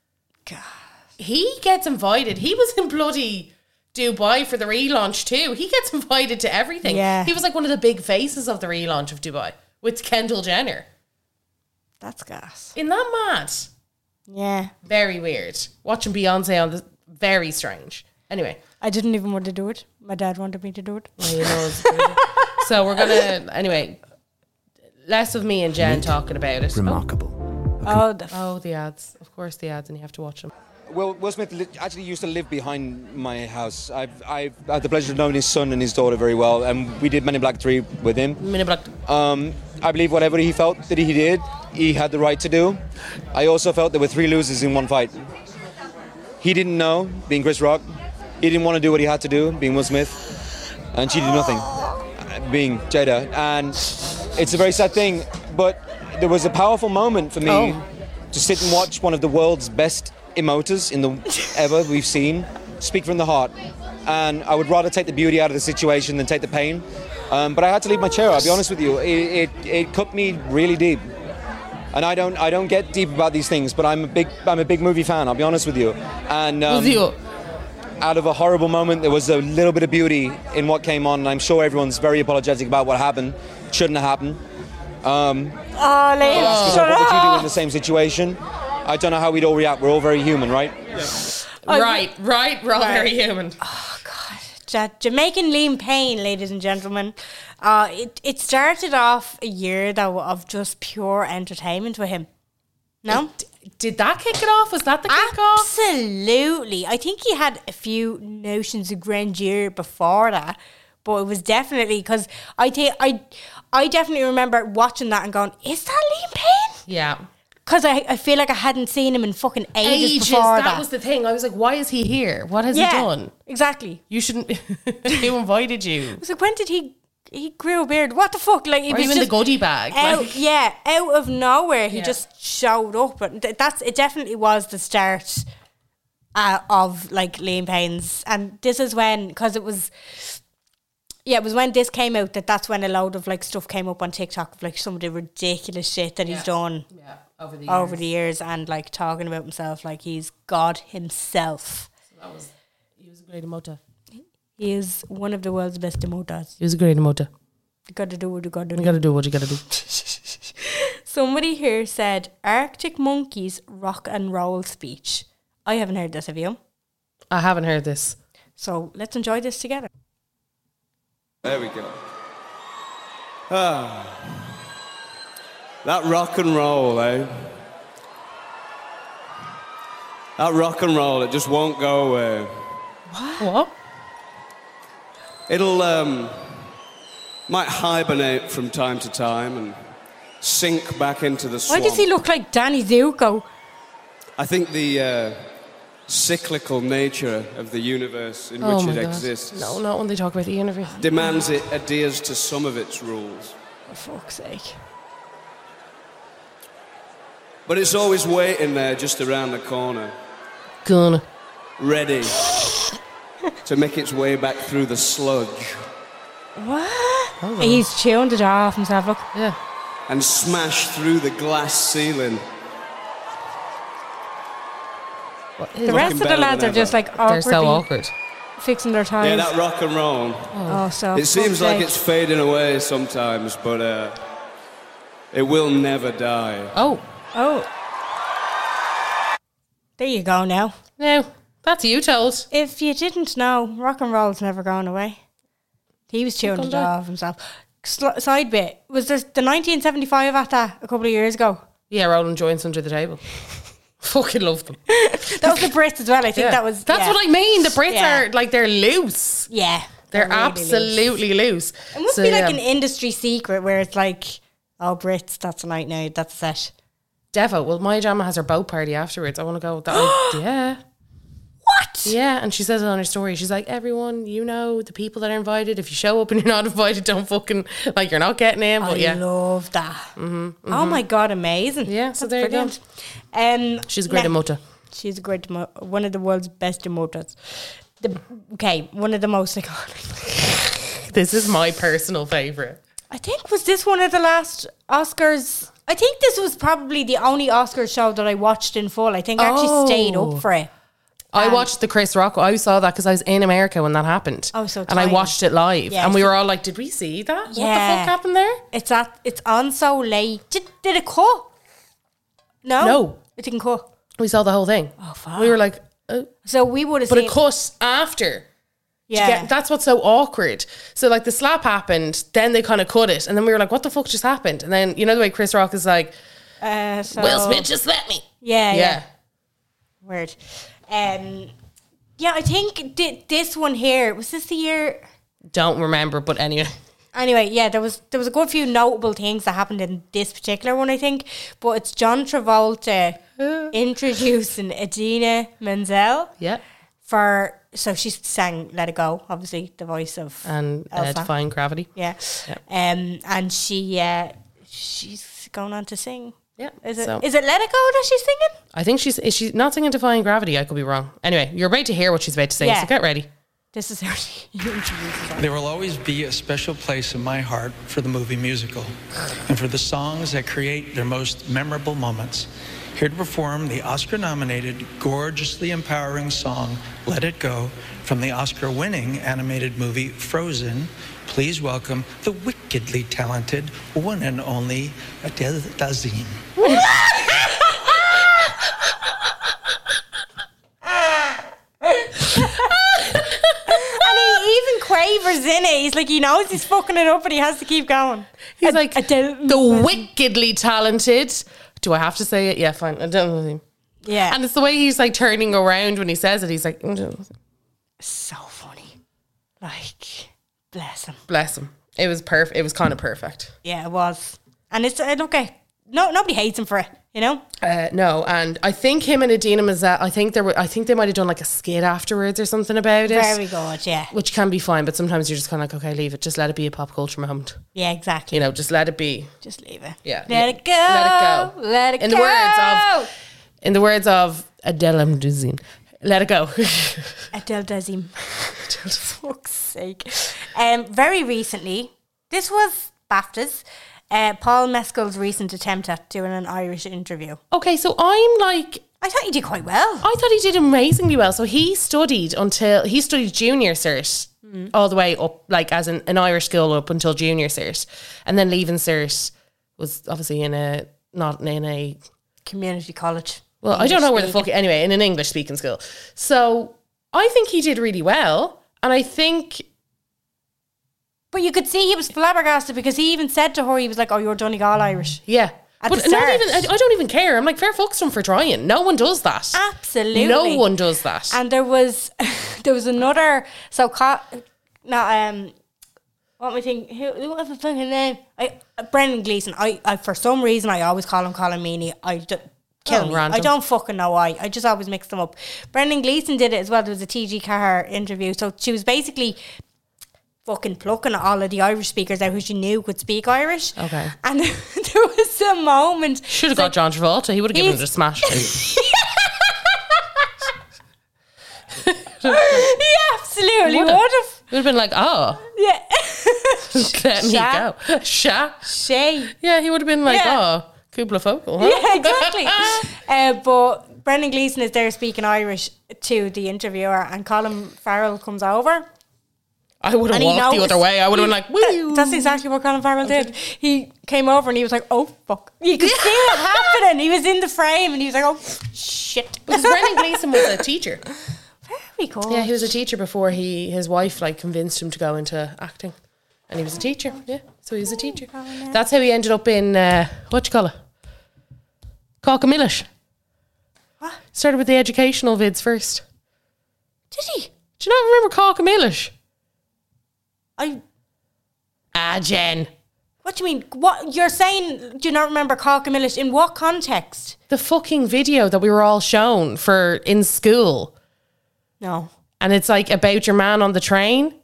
Speaker 3: He gets invited. He was in bloody Dubai for the relaunch too. He gets invited to everything.
Speaker 4: Yeah.
Speaker 3: he was like one of the big faces of the relaunch of Dubai with Kendall Jenner.
Speaker 4: That's gas.
Speaker 3: In that mad,
Speaker 4: Yeah,
Speaker 3: very weird. Watching Beyonce on the very strange. Anyway,
Speaker 4: I didn't even want to do it. My dad wanted me to do it.
Speaker 3: Well, you know it's good. so we're gonna anyway. Less of me and Jen talking about it.
Speaker 5: Remarkable.
Speaker 4: Oh, the f-
Speaker 3: Oh, the ads. Of course, the ads, and you have to watch them.
Speaker 6: Well, Will Smith li- actually used to live behind my house. I've, I've had the pleasure of knowing his son and his daughter very well, and we did Men in Black 3 with him.
Speaker 3: Minute block.
Speaker 6: Um, I believe whatever he felt that he did, he had the right to do. I also felt there were three losers in one fight. He didn't know, being Chris Rock. He didn't want to do what he had to do, being Will Smith. And she did nothing, uh, being Jada. And it's a very sad thing, but there was a powerful moment for me
Speaker 3: Oh.
Speaker 6: to sit and watch one of the world's best emoters in the ever we've seen speak from the heart. And I would rather take the beauty out of the situation than take the pain. Um, but I had to leave my chair. I'll be honest with you. It, it, it cut me really deep. And I don't I don't get deep about these things. But I'm a big I'm a big movie fan. I'll be honest with you. And um, out of a horrible moment, there was a little bit of beauty in what came on. And I'm sure everyone's very apologetic about what happened. Shouldn't have happened.
Speaker 4: oh, Liam,
Speaker 6: So
Speaker 4: shut
Speaker 6: what would you do
Speaker 4: up.
Speaker 6: in the same situation? I don't know how we'd all react. We're all very human, right?
Speaker 3: right, right. Oh, We're all very human.
Speaker 4: Ja- Jamaican Liam Payne, ladies and gentlemen. Uh, it, it started off a year though of just pure entertainment with him. No?
Speaker 3: Did that kick it off? Was that
Speaker 4: Ah.
Speaker 3: the kickoff?
Speaker 4: Absolutely. I think he had a few notions of grandeur before that, but it was definitely because I think I I definitely remember watching that and going, Is that Liam Payne?
Speaker 3: Yeah.
Speaker 4: because I, I feel like I hadn't seen him in fucking ages,
Speaker 3: Ages.
Speaker 4: before
Speaker 3: That,
Speaker 4: that.
Speaker 3: was the thing. I was like, why is he here? What has
Speaker 4: yeah,
Speaker 3: he done?
Speaker 4: exactly.
Speaker 3: You shouldn't. who invited you?
Speaker 4: I was like, when did he he grew a beard? What the fuck? Like, he
Speaker 3: Or
Speaker 4: was
Speaker 3: even the
Speaker 4: just
Speaker 3: goodie bag,
Speaker 4: Out,
Speaker 3: like-
Speaker 4: Yeah, out of nowhere, he
Speaker 3: Yeah.
Speaker 4: just showed up, and th- that's it. Definitely was the start uh, of like Liam Payne's, and this is when because it was. Yeah, it was when this came out that that's when a load of like stuff came up on TikTok of like some of the ridiculous shit that he's done
Speaker 3: Yeah, over the
Speaker 4: over the years and like talking about himself like he's God himself.
Speaker 3: He was a great emoter.
Speaker 4: He is one of the world's best emoters.
Speaker 3: He was a great emoter.
Speaker 4: You gotta do what you gotta do.
Speaker 3: You gotta do what you gotta do.
Speaker 4: Somebody here said Arctic Monkeys rock and roll speech. I haven't heard this of you,
Speaker 3: I haven't heard this.
Speaker 4: so let's enjoy this together.
Speaker 7: There we go. Ah. That rock and roll, eh? That rock and roll, it just won't go away.
Speaker 3: What?
Speaker 7: It'll, um, might hibernate from time to time and sink back into the
Speaker 4: Why
Speaker 7: swamp.
Speaker 4: does he look like Danny Zuko?
Speaker 7: I think the uh, cyclical nature of the universe in
Speaker 3: oh
Speaker 7: which
Speaker 3: my
Speaker 7: it
Speaker 3: god.
Speaker 7: exists
Speaker 3: No, not when they talk about the universe.
Speaker 7: demands it adheres to some of its rules.
Speaker 4: For fuck's sake.
Speaker 7: But it's always waiting there just around the corner.
Speaker 3: Gonna.
Speaker 7: ready to make its way back through the sludge
Speaker 4: What? He's tuned it off himself. Look,
Speaker 3: Yeah.
Speaker 7: and smash through the glass ceiling.
Speaker 3: What
Speaker 4: the
Speaker 3: is
Speaker 4: rest of the
Speaker 7: better
Speaker 4: lads
Speaker 7: than
Speaker 4: are just like
Speaker 7: ever.
Speaker 4: awkwardly
Speaker 3: They're so awkward.
Speaker 4: fixing their ties.
Speaker 7: Yeah, that rock and roll.
Speaker 4: oh, so
Speaker 7: It
Speaker 4: fuck's
Speaker 7: seems like
Speaker 4: sake.
Speaker 7: it's fading away sometimes, but uh, it will never die.
Speaker 3: Oh,
Speaker 4: oh. There you go now.
Speaker 3: no. That's you told.
Speaker 4: If you didn't know, rock and roll's never gone away. He was chewing
Speaker 3: gone
Speaker 4: it
Speaker 3: away.
Speaker 4: off himself. Sl- side bit was there the 1975 at that a couple of years ago.
Speaker 3: Yeah, rolling joints under the table. Fucking love them.
Speaker 4: That was the Brits as well. I think
Speaker 3: Yeah.
Speaker 4: that was
Speaker 3: That's
Speaker 4: yeah.
Speaker 3: what I mean. The Brits
Speaker 4: Yeah.
Speaker 3: are like they're loose.
Speaker 4: Yeah,
Speaker 3: They're
Speaker 4: really loose.
Speaker 3: absolutely loose. um,
Speaker 4: It must be like an industry secret where it's like, oh Brits, that's a night now. That's set.
Speaker 3: Devo. Well, my jama has her boat party afterwards. I want to go. With that yeah.
Speaker 4: What?
Speaker 3: Yeah, and she says it on her story. She's like, "Everyone, you know the people that are invited. If you show up and you're not invited, don't fucking like you're not getting in." But
Speaker 4: I
Speaker 3: yeah, Mm-hmm,
Speaker 4: love that. Oh my god, amazing.
Speaker 3: Yeah, so there you go.
Speaker 4: you go. Um,
Speaker 3: she's a great
Speaker 4: ne-
Speaker 3: emoter.
Speaker 4: She's a great, emo- one of the world's best emoters. The, okay, one of the most iconic.
Speaker 3: This is my personal favorite.
Speaker 4: I think was this one of the last Oscars. I think this was probably the only Oscar show that I watched in full. I think I actually stayed
Speaker 3: Oh.
Speaker 4: up for it.
Speaker 3: I watched the Chris Rock. I saw that because I was in America when that happened.
Speaker 4: Oh, so
Speaker 3: and I
Speaker 4: timely.
Speaker 3: watched it live,
Speaker 4: Yeah,
Speaker 3: and we
Speaker 4: so-
Speaker 3: were all like, "Did we see that? What the
Speaker 4: Yeah.
Speaker 3: fuck happened there?"
Speaker 4: It's at it's on so late. Did did it cut? No,
Speaker 3: No.
Speaker 4: it didn't cut.
Speaker 3: We saw the whole thing.
Speaker 4: Oh fuck!
Speaker 3: We were like, oh.
Speaker 4: so we would have
Speaker 3: but
Speaker 4: seen.
Speaker 3: it cut after.
Speaker 4: Yeah,
Speaker 3: Yeah, that's what's so awkward. So like the slap happened, then they kind of cut it, and then we were like, "What the fuck just happened?" And then you know the way Chris Rock is like,
Speaker 4: uh, so,
Speaker 3: "Will Smith just slapped me."
Speaker 4: Yeah,
Speaker 3: Yeah,
Speaker 4: yeah, Weird. Um, yeah, I think thi- this one here was this the year.
Speaker 3: don't remember, but anyway,
Speaker 4: Anyway, yeah, there was there was a good few notable things that happened in this particular one, I think. But it's John Travolta introducing Adina Menzel
Speaker 3: yeah,
Speaker 4: for so she sang "Let It Go," obviously the voice of
Speaker 3: and uh,
Speaker 4: Elsa.
Speaker 3: defying gravity.
Speaker 4: Oh, yeah, um, and she uh, she's going on to sing.
Speaker 3: Yeah,
Speaker 4: Is it is
Speaker 3: so-
Speaker 4: it "Let It Go" that she's singing?
Speaker 3: I think she's is she not singing defying gravity. I could be wrong. Anyway, you're about to hear what she's about to sing,
Speaker 4: Yeah.
Speaker 3: so get ready.
Speaker 4: This is how she introduces her.
Speaker 8: There will always be a special place in my heart for the movie musical and for the songs that create their most memorable moments. Here to perform the Oscar nominated, gorgeously empowering song, Let It Go, from the Oscar winning animated movie Frozen, please welcome the wickedly talented one and only Adele Dazeem.
Speaker 4: And he even quavers in it. He's like, he knows he's fucking it up, but he has to keep going.
Speaker 3: He's like
Speaker 4: Adele-
Speaker 3: the wickedly talented. Do I have to say it? Yeah, fine. I don't know.
Speaker 4: Yeah,
Speaker 3: And it's the way he's like turning around when he says it. He's like, "Mm,
Speaker 4: so funny. Like, bless him.
Speaker 3: bless him. It was perfect. It was kind of perfect.
Speaker 4: Yeah, it was. And it's uh, look, okay. no nobody hates him for it, you know?
Speaker 3: Uh, no, and I think him and Adina Mazette, I think there were, I think they might have done like a skit afterwards or something about it,
Speaker 4: Very good, yeah.
Speaker 3: which can be fine. But sometimes you're just kind of like, okay, leave it, just let it be a pop culture moment.
Speaker 4: Yeah, exactly.
Speaker 3: You know, just let it be.
Speaker 4: Just leave it.
Speaker 3: Yeah.
Speaker 4: Let it go.
Speaker 3: Let it go.
Speaker 4: Let it
Speaker 3: In
Speaker 4: go.
Speaker 3: the words In the words of Adele Mduzin, let it go.
Speaker 4: Adele Dazim. fuck's sake. Um, very recently, this was BAFTAs, uh, Paul Mescal's recent attempt at doing an Irish interview.
Speaker 3: okay, so I'm like,
Speaker 4: I thought he did quite well.
Speaker 3: I thought he did amazingly well. So he studied until he studied junior cert all the way up, like as an, an Irish school up until junior cert, and then leaving cert was obviously in a not in a
Speaker 4: Community college.
Speaker 3: well, I don't know where the fuck anyway in an English speaking school. So I think he did really well, and I think
Speaker 4: But you could see he was flabbergasted because he even said to her, he was like, oh, you're Donegal Irish.
Speaker 3: yeah.
Speaker 4: At
Speaker 3: but
Speaker 4: the
Speaker 3: not
Speaker 4: start.
Speaker 3: even I, I don't even care. I'm like fair fucks to him for trying. No one does that.
Speaker 4: Absolutely.
Speaker 3: No one does that.
Speaker 4: And there was there was another so co- not um what am I thinking? Who who was the fucking name? I uh, Brendan Gleeson. I, I for some reason I always call him Colin Meaney. I do, kill
Speaker 3: Oh,
Speaker 4: me.
Speaker 3: random.
Speaker 4: I don't fucking know why. I just always mix them up. Brendan Gleeson did it as well. There was a TG Carr interview. So she was basically fucking plucking all of the Irish speakers out who she knew could speak Irish.
Speaker 3: Okay.
Speaker 4: And there was a moment
Speaker 3: Should have got John Travolta. He would have given it a smash.
Speaker 4: he absolutely would
Speaker 3: Would've.
Speaker 4: have.
Speaker 3: It would have been like, oh,
Speaker 4: Yeah.
Speaker 3: let me
Speaker 4: Sha.
Speaker 3: go. Sha.
Speaker 4: Shay.
Speaker 3: Yeah, he would have been like,
Speaker 4: Yeah.
Speaker 3: oh, Kubla Focal, huh?
Speaker 4: Yeah, exactly. uh, but Brendan Gleeson is there speaking Irish to the interviewer, and Colin Farrell comes over.
Speaker 3: I would have
Speaker 4: And he
Speaker 3: walked the
Speaker 4: knows-
Speaker 3: other way. I would have been like,
Speaker 4: That-
Speaker 3: woo.
Speaker 4: that's exactly what Colin Farrell did. He came over and he was like, "Oh fuck!" You could see it happening. He was in the frame and he was like, "Oh shit!"
Speaker 3: Because Brendan Gleeson was a teacher.
Speaker 4: Very cool.
Speaker 3: Yeah, he was a teacher before he his wife like convinced him to go into acting, and he was a teacher. Yeah, so he was a teacher.
Speaker 4: Oh,
Speaker 3: That's how he ended up in uh, what you call it, Cockamillish.
Speaker 4: What?
Speaker 3: Started with the educational vids first.
Speaker 4: Did he?
Speaker 3: Do you not remember Cockamillish?
Speaker 4: I.
Speaker 3: Ah, Jen.
Speaker 4: What do you mean? What you're saying? Do you not remember Cockamillish? In what context?
Speaker 3: the fucking video that we were all shown for in school
Speaker 4: No.
Speaker 3: and it's like about your man on the train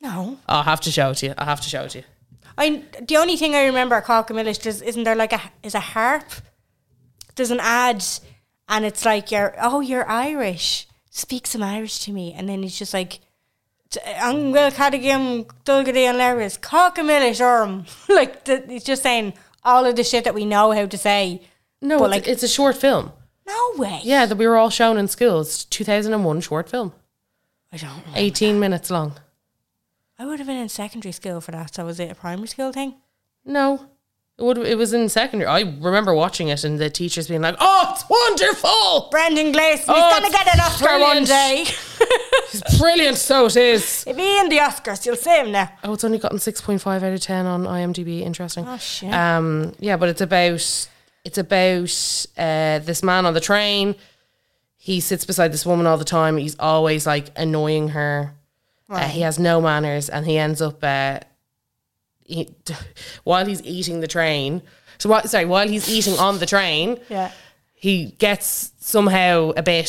Speaker 4: No.
Speaker 3: i'll have to show it to you i'll have to show it to you
Speaker 4: I the only thing I remember at Cockamillish is isn't there like a is a harp? There's an ad, and it's like you're oh you're Irish. Speak some Irish to me, and then he's just like. I'm Will Cadigim, Dulgady and Larry's Cockamillish Orm. Like, the, he's just saying all of the shit that we know how to say.
Speaker 3: no
Speaker 4: But
Speaker 3: it's,
Speaker 4: like-
Speaker 3: it's a short film
Speaker 4: No way.
Speaker 3: yeah that we were all shown in school it's 2001 short film
Speaker 4: I don't.
Speaker 3: 18 minutes long
Speaker 4: I would have been in secondary school for that. So was it a primary school thing?
Speaker 3: no it, would, it was in secondary i remember watching it and the teachers being like oh it's wonderful
Speaker 4: Brendan Gleeson,
Speaker 3: Oh,
Speaker 4: he's going to get an Oscar one
Speaker 3: brilliant.
Speaker 4: day.
Speaker 3: it's brilliant so it is
Speaker 4: If he in the Oscars, you'll see him now.
Speaker 3: oh it's only gotten 6.5 out of 10 on imdb interesting
Speaker 4: Oh, shit.
Speaker 3: Um, yeah, but it's about it's about uh, this man on the train. He sits beside this woman all the time. He's always like annoying her. Uh, he has no manners, and he ends up uh, he, while he's eating the train. So whi- sorry, while he's eating on the train,
Speaker 4: yeah.
Speaker 3: he gets somehow a bit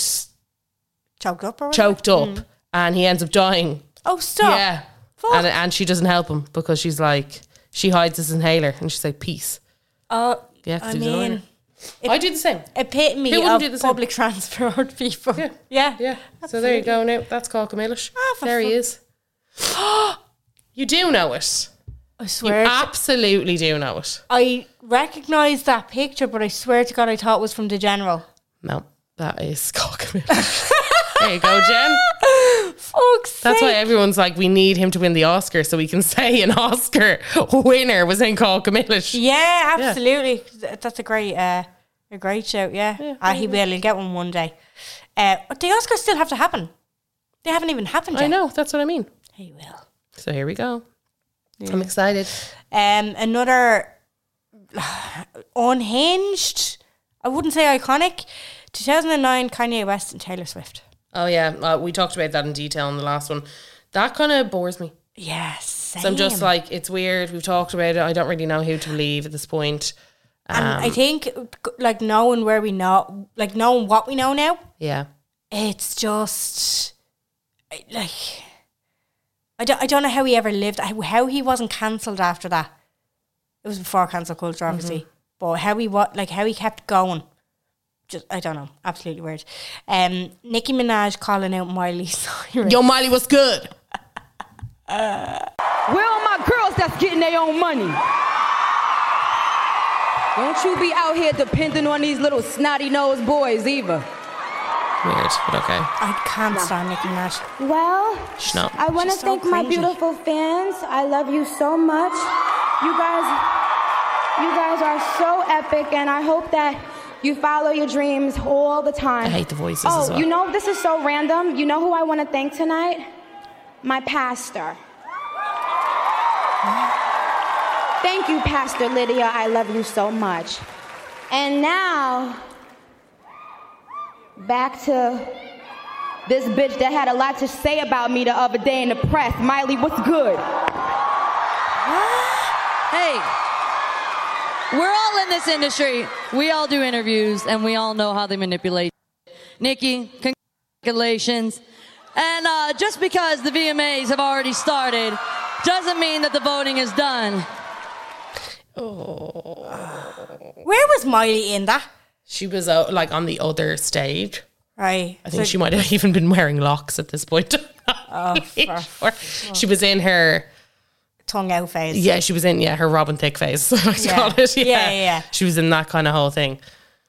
Speaker 4: Choked up or whatever?
Speaker 3: choked up, and he ends up dying.
Speaker 4: Oh, stop.
Speaker 3: Yeah, and and she doesn't help him because she's like she hides his inhaler, and she's like peace.
Speaker 4: Uh,
Speaker 3: Yeah, 'cause
Speaker 4: I
Speaker 3: he was an
Speaker 4: mean,
Speaker 3: Irish. I do the same.
Speaker 4: epitome
Speaker 3: Who wouldn't
Speaker 4: of
Speaker 3: do the same?
Speaker 4: public transport people. Yeah.
Speaker 3: Yeah. So there you go now. That's Cockamillish.
Speaker 4: Ah, for
Speaker 3: there he
Speaker 4: fuck-
Speaker 3: is. you do know it.
Speaker 4: I
Speaker 3: You
Speaker 4: swear. to-
Speaker 3: absolutely do know it.
Speaker 4: I recognise that picture, but I swear to God, I thought it was from the general.
Speaker 3: No, that is Cockamillish. there you go, Jen.
Speaker 4: Fuck's
Speaker 3: That's why
Speaker 4: sake.
Speaker 3: everyone's like, we need him to win the Oscar so we can say an Oscar winner was in Cockamillish.
Speaker 4: Yeah, absolutely. Th- That's a great, uh, a great shout. Yeah, ah, he will. He'll get one one day. Uh, the Oscars still have to happen. They haven't even happened yet.
Speaker 3: I know. That's what I mean.
Speaker 4: He will.
Speaker 3: So here we go. I'm excited.
Speaker 4: Um, another unhinged. I wouldn't say iconic. 2009, Kanye West and Taylor Swift.
Speaker 3: Oh, yeah. Uh, we talked about that in detail in the last one. That kind of bores me.
Speaker 4: Yes.
Speaker 3: So I'm just like, it's weird. We've talked about it. I don't really know who to believe at this point. Um,
Speaker 4: And I think, like, knowing where we know, like, knowing what we know now,
Speaker 3: Yeah.
Speaker 4: it's just I- like I don't I don't know how he ever lived how how he wasn't cancelled after that. It was before cancel culture,
Speaker 9: Mm-hmm.
Speaker 4: obviously, but how he what like how he kept going. Just I don't know, absolutely weird. Um, Nicki Minaj calling out Miley Cyrus.
Speaker 3: Yo, Miley, what's good?
Speaker 9: Where are my girls that's getting their own money? Don't you be out here depending on these little snotty nosed boys either.
Speaker 3: Weird, but okay.
Speaker 4: I can't stand Nicki Minaj.
Speaker 9: Well,
Speaker 3: She's not.
Speaker 9: I want to
Speaker 4: She's so
Speaker 9: thank my
Speaker 4: cringy.
Speaker 9: beautiful fans. I love you so much. You guys, you guys are so epic, and I hope that you follow your dreams all the time.
Speaker 3: I hate the voices
Speaker 9: Oh,
Speaker 3: as well.
Speaker 9: you know this is so random. You know who I want to thank tonight? My pastor. Thank you, Pastor Lydia. I love you so much. And now, back to this bitch that had a lot to say about me the other day in the press. Miley, what's good?
Speaker 10: Hey, we're all in this industry. We all do interviews and we all know how they manipulate. Nikki, congratulations. And uh, just because the VMAs have already started doesn't mean that the voting is done.
Speaker 4: Where was Miley in that?
Speaker 3: She was out like on the other stage.
Speaker 4: Right,
Speaker 3: I think she might have even been wearing locks at this point.
Speaker 4: Oh,
Speaker 3: Or she was in her
Speaker 4: tongue out phase.
Speaker 3: yeah, she was in yeah her Robin Thicke face. I
Speaker 4: Yeah.
Speaker 3: call it.
Speaker 4: Yeah,
Speaker 3: Yeah.
Speaker 4: yeah, yeah.
Speaker 3: She was in that kind of whole thing.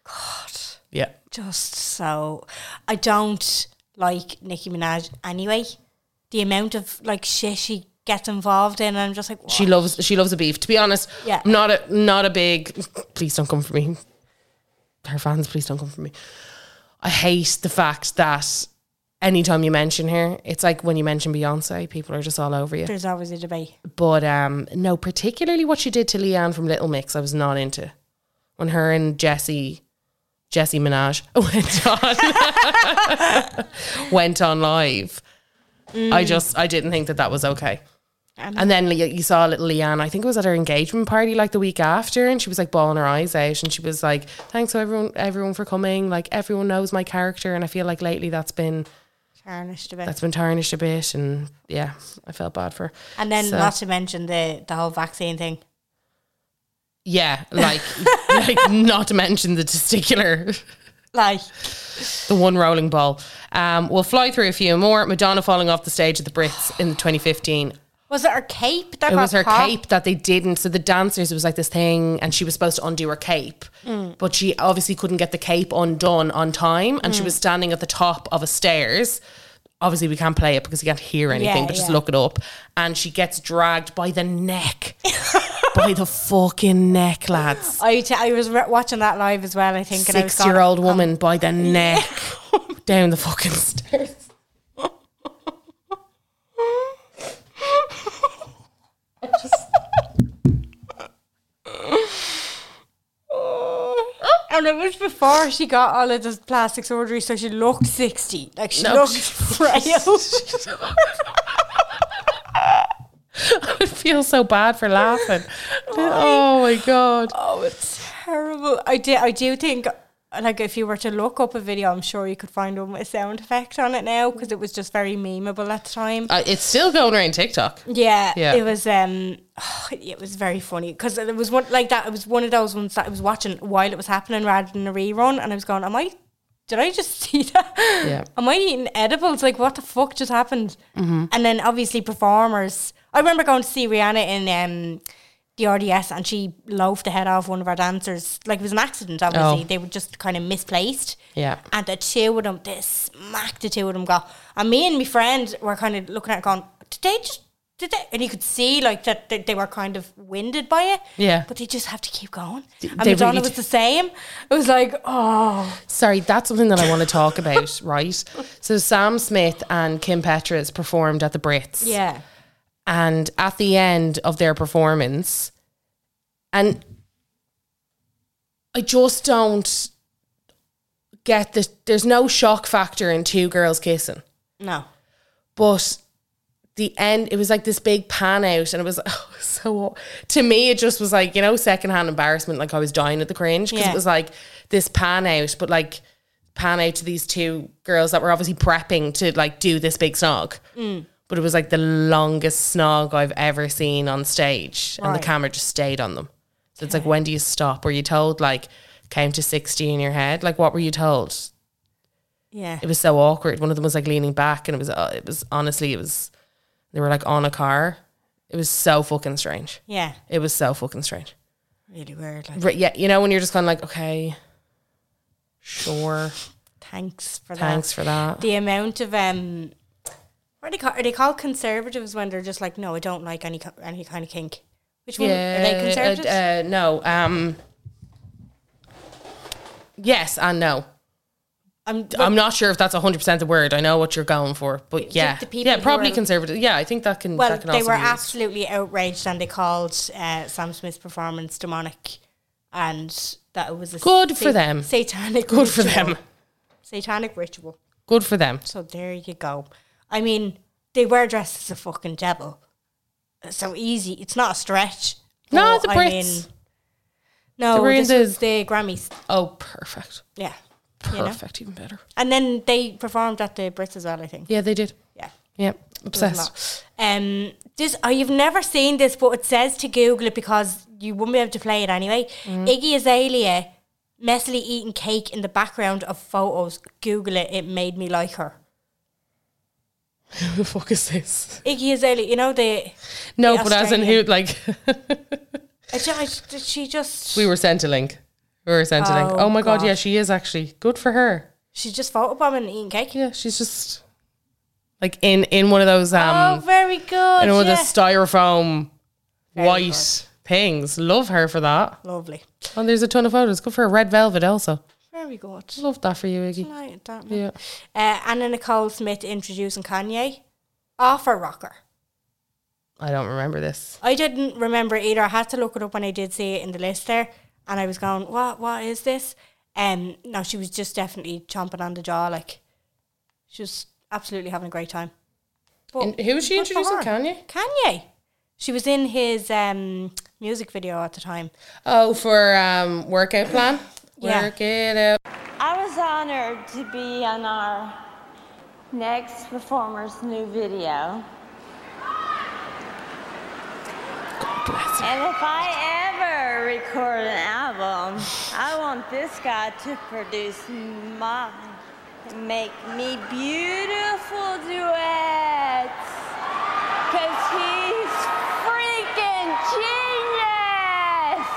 Speaker 3: God. Yeah.
Speaker 4: just so I don't like Nicki Minaj anyway. The amount of like shit she gets involved in, I'm just like
Speaker 3: She
Speaker 4: "What?"
Speaker 3: loves she loves a beef. To be honest,
Speaker 4: Yeah.
Speaker 3: I'm not a not a big. Please don't come for me. Her fans, please don't come for me. I hate the fact that anytime you mention her, it's like when you mention Beyonce, people are just all over you.
Speaker 4: There's always a debate.
Speaker 3: But um, no, particularly what she did to Leanne from Little Mix, I was not into. When her and Jesse, Jesse Minaj went on, went on live. I
Speaker 4: Mm.
Speaker 3: just, I didn't think that that was okay. and then Le- you saw little Leanne, I think it was at her engagement party like the week after, and she was like bawling her eyes out, and she was like, "Thanks to everyone, everyone for coming. Like everyone knows my character, and I feel like lately that's been
Speaker 4: Tarnished debate.
Speaker 3: that's been tarnished a bit, and yeah, I felt bad for." her.
Speaker 4: and then
Speaker 3: so-
Speaker 4: not to mention the the whole vaccine thing.
Speaker 3: Yeah, like, like not to mention the testicular,
Speaker 4: Like
Speaker 3: the one rolling ball. Um, we'll fly through a few more. Madonna falling off the stage at the Brits in 2015.
Speaker 4: was it her cape that
Speaker 3: it
Speaker 4: got
Speaker 3: was her
Speaker 4: caught?
Speaker 3: cape that they didn't. So the dancers, it was like this thing, and she was supposed to undo her cape,
Speaker 4: Mm.
Speaker 3: but she obviously couldn't get the cape undone on time,
Speaker 4: Mm.
Speaker 3: and she was standing at the top of a stairs. Obviously, we can't play it because you can't hear anything,
Speaker 4: Yeah,
Speaker 3: but just
Speaker 4: yeah.
Speaker 3: look it up. And she gets dragged by the neck, by the fucking neck, lads.
Speaker 4: I, t- I was re- watching that live as well. I think and I was
Speaker 3: six
Speaker 4: going,
Speaker 3: year old woman by the neck down the fucking stairs.
Speaker 4: And it was before she got all of this plastic surgery, so she looked sixty. Like she
Speaker 3: No.
Speaker 4: looked frail.
Speaker 3: I would feel so bad for laughing. Oh my god.
Speaker 4: Oh, it's terrible. I do, I do think, like, if you were to look up a video, I'm sure you could find one with a sound effect on it now because it was just very memeable at the time.
Speaker 3: Uh, it's still going around TikTok.
Speaker 4: yeah,
Speaker 3: yeah.
Speaker 4: it was. Um, it was very funny because it was one like that. It was one of those ones that I was watching while it was happening rather than a rerun, and I was going, "Am I? Did I just see that?
Speaker 3: Yeah. Mm-hmm.
Speaker 4: Am I eating edibles? Like, what the fuck just happened?" And then obviously performers. I remember going to see Rihanna in um, the RDS, and she loafed the head off one of our dancers. Like it was an accident. Obviously,
Speaker 3: Oh.
Speaker 4: they were just kind of misplaced.
Speaker 3: Yeah.
Speaker 4: And the two of them, they smacked the two of them go. And me and my friend were kind of looking at it going, did they just, did they? And you could see like that they, they were kind of winded by it.
Speaker 3: Yeah.
Speaker 4: But they just have to keep going. and
Speaker 3: they
Speaker 4: Madonna
Speaker 3: really
Speaker 4: was
Speaker 3: do.
Speaker 4: the same. It was like, oh.
Speaker 3: Sorry, that's something that I want to talk about, right? So Sam Smith and Kim Petras performed at the Brits.
Speaker 4: Yeah.
Speaker 3: And at the end of their performance, and I just don't get the there's no shock factor in two girls kissing.
Speaker 4: No.
Speaker 3: But the end, it was like this big pan out, and it was oh, it was so. aw- To me, it just was like you know secondhand embarrassment. Like I was dying at the cringe because
Speaker 4: Yeah.
Speaker 3: it was like this pan out, but like pan out to these two girls that were obviously prepping to like do this big snog.
Speaker 4: Mm.
Speaker 3: But it was like the longest snog I've ever seen on stage, and
Speaker 4: Right.
Speaker 3: the camera just stayed on them. So it's like, when do you stop? Were you told like count to sixty in your head? Like what were you told?
Speaker 4: Yeah.
Speaker 3: It was so awkward. One of them was like leaning back, and it was uh, it was honestly it was they were like on a car. It was so fucking strange.
Speaker 4: Yeah.
Speaker 3: It was so fucking strange.
Speaker 4: really weird. Like,
Speaker 3: Right, yeah, you know when you're just kind of like, okay, sure,
Speaker 4: thanks for that.
Speaker 3: thanks for that.
Speaker 4: The amount of um, what are they called? Are they called conservatives when they're just like, no, I don't like any ki- any kind of kink. Which one are
Speaker 3: uh,
Speaker 4: they conservatives?
Speaker 3: Uh, no. Um. Yes and no.
Speaker 4: I'm
Speaker 3: I'm not sure if that's 100 percent the word. I know what you're going for, but yeah,
Speaker 4: the people
Speaker 3: yeah,
Speaker 4: who
Speaker 3: probably
Speaker 4: are-
Speaker 3: conservative. Yeah, I think that can.
Speaker 4: well,
Speaker 3: that can
Speaker 4: they
Speaker 3: also
Speaker 4: were
Speaker 3: be used.
Speaker 4: absolutely outraged, and they called uh, Sam Smith's performance demonic, and that it was a
Speaker 3: Good for them.
Speaker 4: Satanic.
Speaker 3: Good for
Speaker 4: ritual.
Speaker 3: them.
Speaker 4: Satanic ritual.
Speaker 3: Good for them.
Speaker 4: So there you go. I mean, they were dressed as a fucking devil. So easy. It's not a stretch.
Speaker 3: No,
Speaker 4: But
Speaker 3: the
Speaker 4: I
Speaker 3: Brits.
Speaker 4: mean- no,
Speaker 3: They were in
Speaker 4: this
Speaker 3: the-
Speaker 4: was the Grammys.
Speaker 3: Oh, perfect.
Speaker 4: Yeah. you know?
Speaker 3: Perfect, even better.
Speaker 4: And then they performed at the Brits as well, I think.
Speaker 3: Yeah, they did.
Speaker 4: Yeah.
Speaker 3: Yeah,
Speaker 4: There was a
Speaker 3: obsessed.
Speaker 4: lot. Um, this I have never seen this, but it says to Google it because you wouldn't be able to play it anyway.
Speaker 3: Mm.
Speaker 4: Iggy Azalea messily eating cake in the background of photos. Google it. It made me like her.
Speaker 3: Who the fuck is this?
Speaker 4: Iggy Azalea, you know the
Speaker 3: No,
Speaker 4: the
Speaker 3: but as in who?
Speaker 4: Australian.
Speaker 3: Like
Speaker 4: I ju- I ju- she just
Speaker 3: we were sent a link. We were sent a link.
Speaker 4: Oh,
Speaker 3: Oh my god.
Speaker 4: God.
Speaker 3: yeah, she is actually good for her.
Speaker 4: she's just photobombing and eating cake.
Speaker 3: Yeah, she's just Like in in one of those um,
Speaker 4: oh, very good.
Speaker 3: in one of
Speaker 4: yeah.
Speaker 3: those styrofoam
Speaker 4: Very
Speaker 3: white things. Love her for that.
Speaker 4: Lovely.
Speaker 3: And there's a ton of photos. Good for her. Red velvet also.
Speaker 4: Very good.
Speaker 3: Love that for you, Iggy.
Speaker 4: Tonight, that
Speaker 3: Yeah.
Speaker 4: yeah. Uh, Anna Nicole Smith introducing Kanye. Offer rocker.
Speaker 3: I don't remember this.
Speaker 4: I didn't remember either. I had to look it up when I did see it in the list there, and I was going, "What? What is this?" Um, no, she was just definitely chomping on the jaw, like she was absolutely having a great time.
Speaker 3: And who was she
Speaker 4: good for
Speaker 3: introducing,
Speaker 4: her.
Speaker 3: Kanye?
Speaker 4: Kanye. She was in his um, music video at the time.
Speaker 3: Oh, for um workout plan.
Speaker 4: Yeah.
Speaker 3: Work it out.
Speaker 11: I was honored to be on our next performer's new video. And if I ever record an album, I want this guy to produce my, make me beautiful duets. Cause he's freaking genius!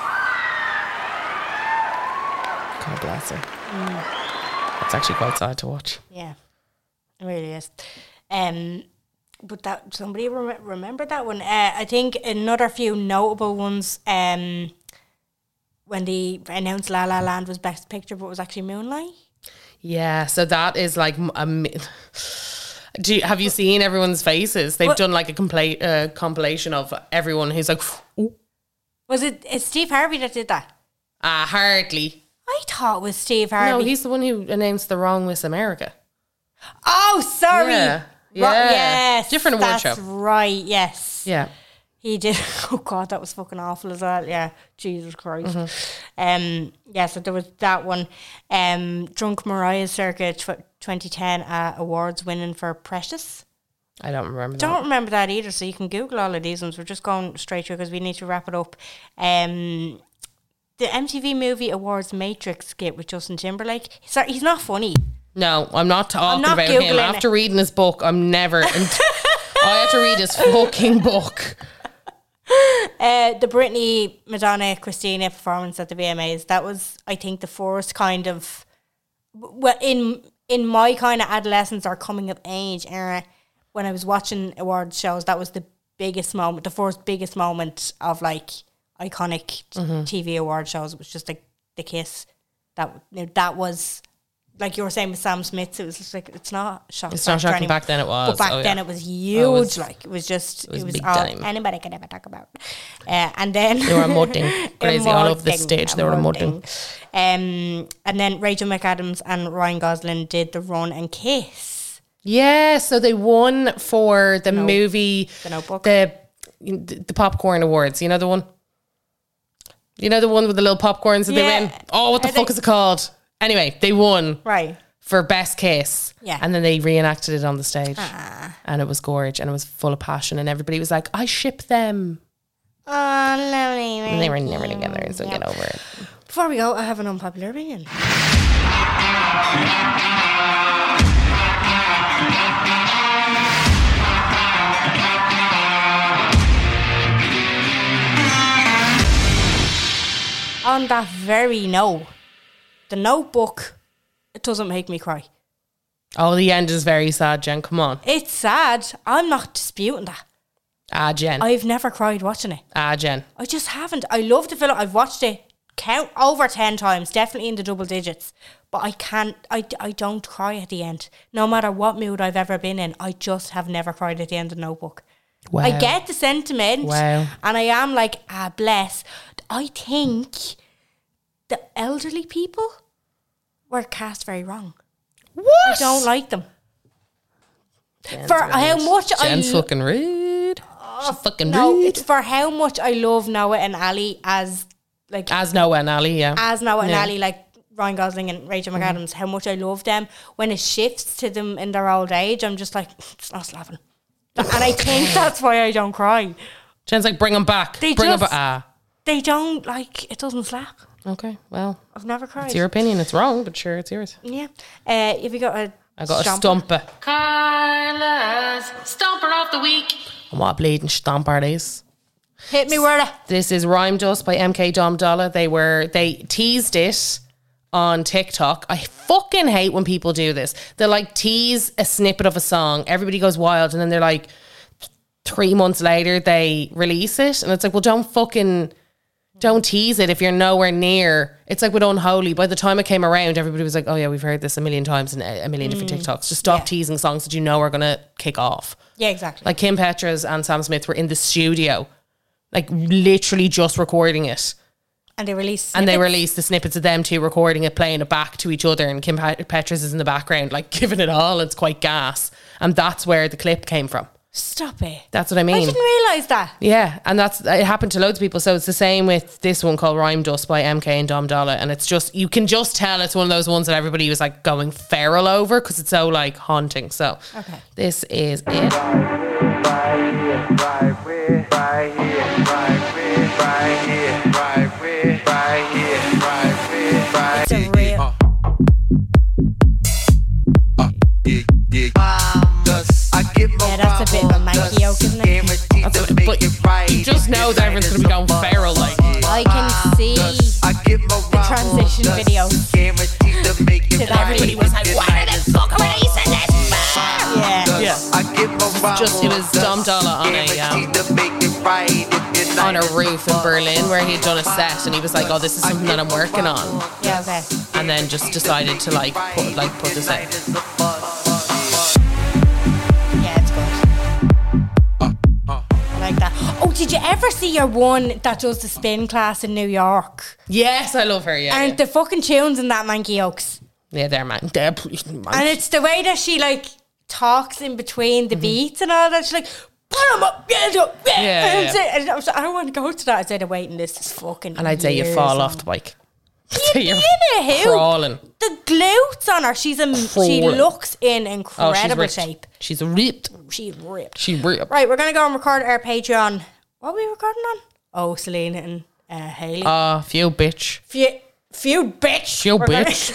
Speaker 3: God bless her. Mm. It's actually quite sad to watch.
Speaker 4: Yeah, it really is. Um, but that somebody rem- remember that one. Uh, I think another few notable ones. Um, when they announced La La Land was Best Picture, but it was actually Moonlight.
Speaker 3: Yeah, so that is like m- a. mi- Do you, have you seen everyone's faces? They've
Speaker 4: What-
Speaker 3: done like a compla- uh, compilation of everyone who's like, uh, "Ooh,
Speaker 4: Was it? It's Steve Harvey that did that.
Speaker 3: ah, hardly.
Speaker 4: I thought it was Steve Harvey.
Speaker 3: No, he's the one who announced the wrong Miss America.
Speaker 4: Oh, sorry.
Speaker 3: Yeah.
Speaker 4: Ro-
Speaker 3: Yeah.
Speaker 4: yes.
Speaker 3: Different award
Speaker 4: that's
Speaker 3: show.
Speaker 4: Right. Yes.
Speaker 3: Yeah.
Speaker 4: He did. Oh God, that was fucking awful as well. Yeah, Jesus Christ. Um, yeah. So there was that one. Um, Drunk Mariah circa tw- 2010 uh, awards winning for Precious.
Speaker 3: I don't remember
Speaker 4: Don't remember that either. So you can Google all of these ones. We're just going straight through because we need to wrap it up. Um, the MTV Movie Awards Matrix skit with Justin Timberlake. Sorry, he's not funny.
Speaker 3: that. No, I'm not talking
Speaker 4: not
Speaker 3: about him.
Speaker 4: Googling
Speaker 3: After
Speaker 4: it.
Speaker 3: reading his book, I'm never. I had to read his fucking book.
Speaker 4: Uh, the Britney, Madonna, Christina performance at the VMAs. That was, I think, the first kind of well in in my kind of adolescence or coming of age era. When I was watching award shows, that was the biggest moment, the first biggest moment of like iconic t-
Speaker 3: Mm-hmm.
Speaker 12: Mhm.
Speaker 4: TV award shows. It was just like the kiss. That you know, that was like you were saying with Sam Smith. It was just like it's not shocking.
Speaker 3: It's not shocking.
Speaker 4: anymore.
Speaker 3: Back then it was.
Speaker 4: But back
Speaker 3: Oh, yeah.
Speaker 4: then it was huge.
Speaker 3: Oh, it's-
Speaker 4: like it was just
Speaker 3: it was
Speaker 4: it was
Speaker 3: big
Speaker 4: all
Speaker 3: time.
Speaker 4: anybody could ever talk about. Uh, and then
Speaker 3: They were emoting crazy all over the
Speaker 4: Emoting,
Speaker 3: stage. They were emoting.
Speaker 4: Um, and then Rachel McAdams and Ryan Gosling did the run and kiss.
Speaker 3: Yeah, so they won for the
Speaker 4: No-
Speaker 3: movie,
Speaker 4: The Notebook.
Speaker 3: the the popcorn awards. You know the one. You know the one with the little popcorns that
Speaker 4: Yeah.
Speaker 3: they win. Oh, what the
Speaker 4: Are
Speaker 3: fuck
Speaker 4: they-
Speaker 3: is it called? Anyway, they won
Speaker 4: Right.
Speaker 3: for best kiss.
Speaker 4: Yeah. Ah.
Speaker 3: and then they reenacted it on the stage, and it was gorge, and it was full of passion, and everybody was like, "I ship them,"
Speaker 4: Oh, lovely.
Speaker 3: and they were never together, so get over it.
Speaker 4: Before we go, I have an unpopular opinion. On that very note, the notebook, it doesn't make me cry.
Speaker 3: Oh, the end is very sad, Jen. Come on,
Speaker 4: It's sad. I'm not disputing that.
Speaker 3: ah, Jen,
Speaker 4: I've never cried watching it.
Speaker 3: ah, Jen.
Speaker 4: I just haven't. I love the film. I've watched it count over 10 times, definitely in the double digits. But I can't, I, I don't cry at the end. No matter what mood I've ever been in, I just have never cried at the end of Notebook. I
Speaker 3: Wow.
Speaker 4: get the sentiment.
Speaker 3: Wow.
Speaker 4: And I am like, ah, bless. I think the elderly people were cast very wrong.
Speaker 3: What?
Speaker 4: I don't like them. For how much I
Speaker 3: Jen's
Speaker 4: lo-
Speaker 3: fucking rude. She's fucking
Speaker 4: no,
Speaker 3: rude.
Speaker 4: it's for how much I love Noah and Ali as like
Speaker 3: As Noah and Ali, yeah.
Speaker 4: as Noah and
Speaker 3: Yeah. Mm-hmm.
Speaker 4: Ali, like Ryan Gosling and Rachel McAdams, how much I love them. When it shifts to them in their old age, I'm just like, it's not slapping. and I think that's why I don't cry.
Speaker 3: Jen's like, bring him back.
Speaker 4: They
Speaker 3: bring him back.
Speaker 4: just-
Speaker 3: Ah,
Speaker 4: They don't like it doesn't slap.
Speaker 3: okay. Well,
Speaker 4: I've never cried.
Speaker 3: it's your opinion. It's wrong, but sure, it's yours.
Speaker 4: Yeah. Uh, if you got a
Speaker 3: I got
Speaker 4: stomp-
Speaker 3: a stomper.
Speaker 12: Carla's Stomper of the Week.
Speaker 3: And what a bleeding stomper it is.
Speaker 4: Hit me where
Speaker 3: This is Rhyme Dust by MK Dom Dolla. They were they teased it on TikTok. I fucking hate when people do this. They like tease a snippet of a song. Everybody goes wild, and then they're like three months later they release it, and it's like, well, don't fucking don't tease it if you're nowhere near. It's like with Unholy. By the time it came around, everybody was like, oh yeah, we've heard this a million times and a a million different
Speaker 4: Mm.
Speaker 3: TikToks. Just stop teasing songs that you know are gonna kick off.
Speaker 4: Yeah, exactly.
Speaker 3: Like Kim Petras and Sam Smith were in the studio, like literally just recording it.
Speaker 4: and they release
Speaker 3: And they
Speaker 4: snippets.
Speaker 3: released the snippets of them two recording it, playing it back to each other. And Kim Pet- Petras is in the background, like giving it all. It's quite gas. And that's where the clip came from.
Speaker 4: Stop it.
Speaker 3: That's what I mean.
Speaker 4: I didn't realise that.
Speaker 3: Yeah, and that's it happened to loads of people. So it's the same with this one called Rhyme Dust by MK and Dom Dolla, and it's just you can just tell it's one of those ones that everybody was like going feral over because it's so like haunting. So
Speaker 4: okay,
Speaker 3: this is it.
Speaker 4: It's a real. Yeah, that's a bit of a manky yoke, isn't it?
Speaker 3: But you just know that everyone's gonna be going feral like.
Speaker 4: I can see the transition video. to that everybody was like, why the fuck am I using this? Yeah.
Speaker 3: Yeah. It's just it was Dom Dolla on a um, on a roof in Berlin where he had done a set and he was like, "Oh, this is something that I'm working on,"
Speaker 4: Yeah, okay.
Speaker 3: and then just decided to like put like put this out.
Speaker 4: Yeah, it's good. I like that. Oh, did you ever see your one that does the spin class in New York?
Speaker 3: Yes, I love her. Yeah,
Speaker 4: and
Speaker 3: yeah.
Speaker 4: the fucking tunes in that Manky Oaks.
Speaker 3: yeah, there, man. There, please, man.
Speaker 4: And it's the way that she like talks in between the beats and all that. She's like, put 'em up, yeah, yeah, yeah.
Speaker 3: Mm-hmm. Yeah,
Speaker 4: And
Speaker 3: yeah.
Speaker 4: so- and I was like, I don't want to go to that. I said, waiting list is fucking.
Speaker 3: and I'd say you
Speaker 4: years
Speaker 3: fall
Speaker 4: long."
Speaker 3: off the bike. So You're
Speaker 4: In a hoop.
Speaker 3: crawling.
Speaker 4: The glutes on her. She's in, she
Speaker 3: Crawling.
Speaker 4: looks in
Speaker 3: Oh, she's
Speaker 4: incredible
Speaker 3: ripped.
Speaker 4: shape.
Speaker 3: She's ripped.
Speaker 4: She's ripped.
Speaker 3: She ripped.
Speaker 4: Right, we're gonna go and record our Patreon. What are we recording on? Oh, Selena and uh, Haley.
Speaker 3: Ah, few bitch.
Speaker 4: few, few bitch.
Speaker 3: Few
Speaker 4: We're gonna-
Speaker 3: bitch.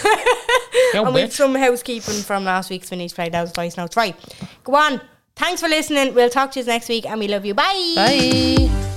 Speaker 3: Few
Speaker 4: and we've
Speaker 3: bitch.
Speaker 4: some housekeeping from last week, so we need to play those voice notes. Right, go on. Thanks for listening. We'll talk to you next week, and we love you. Bye.
Speaker 3: Bye.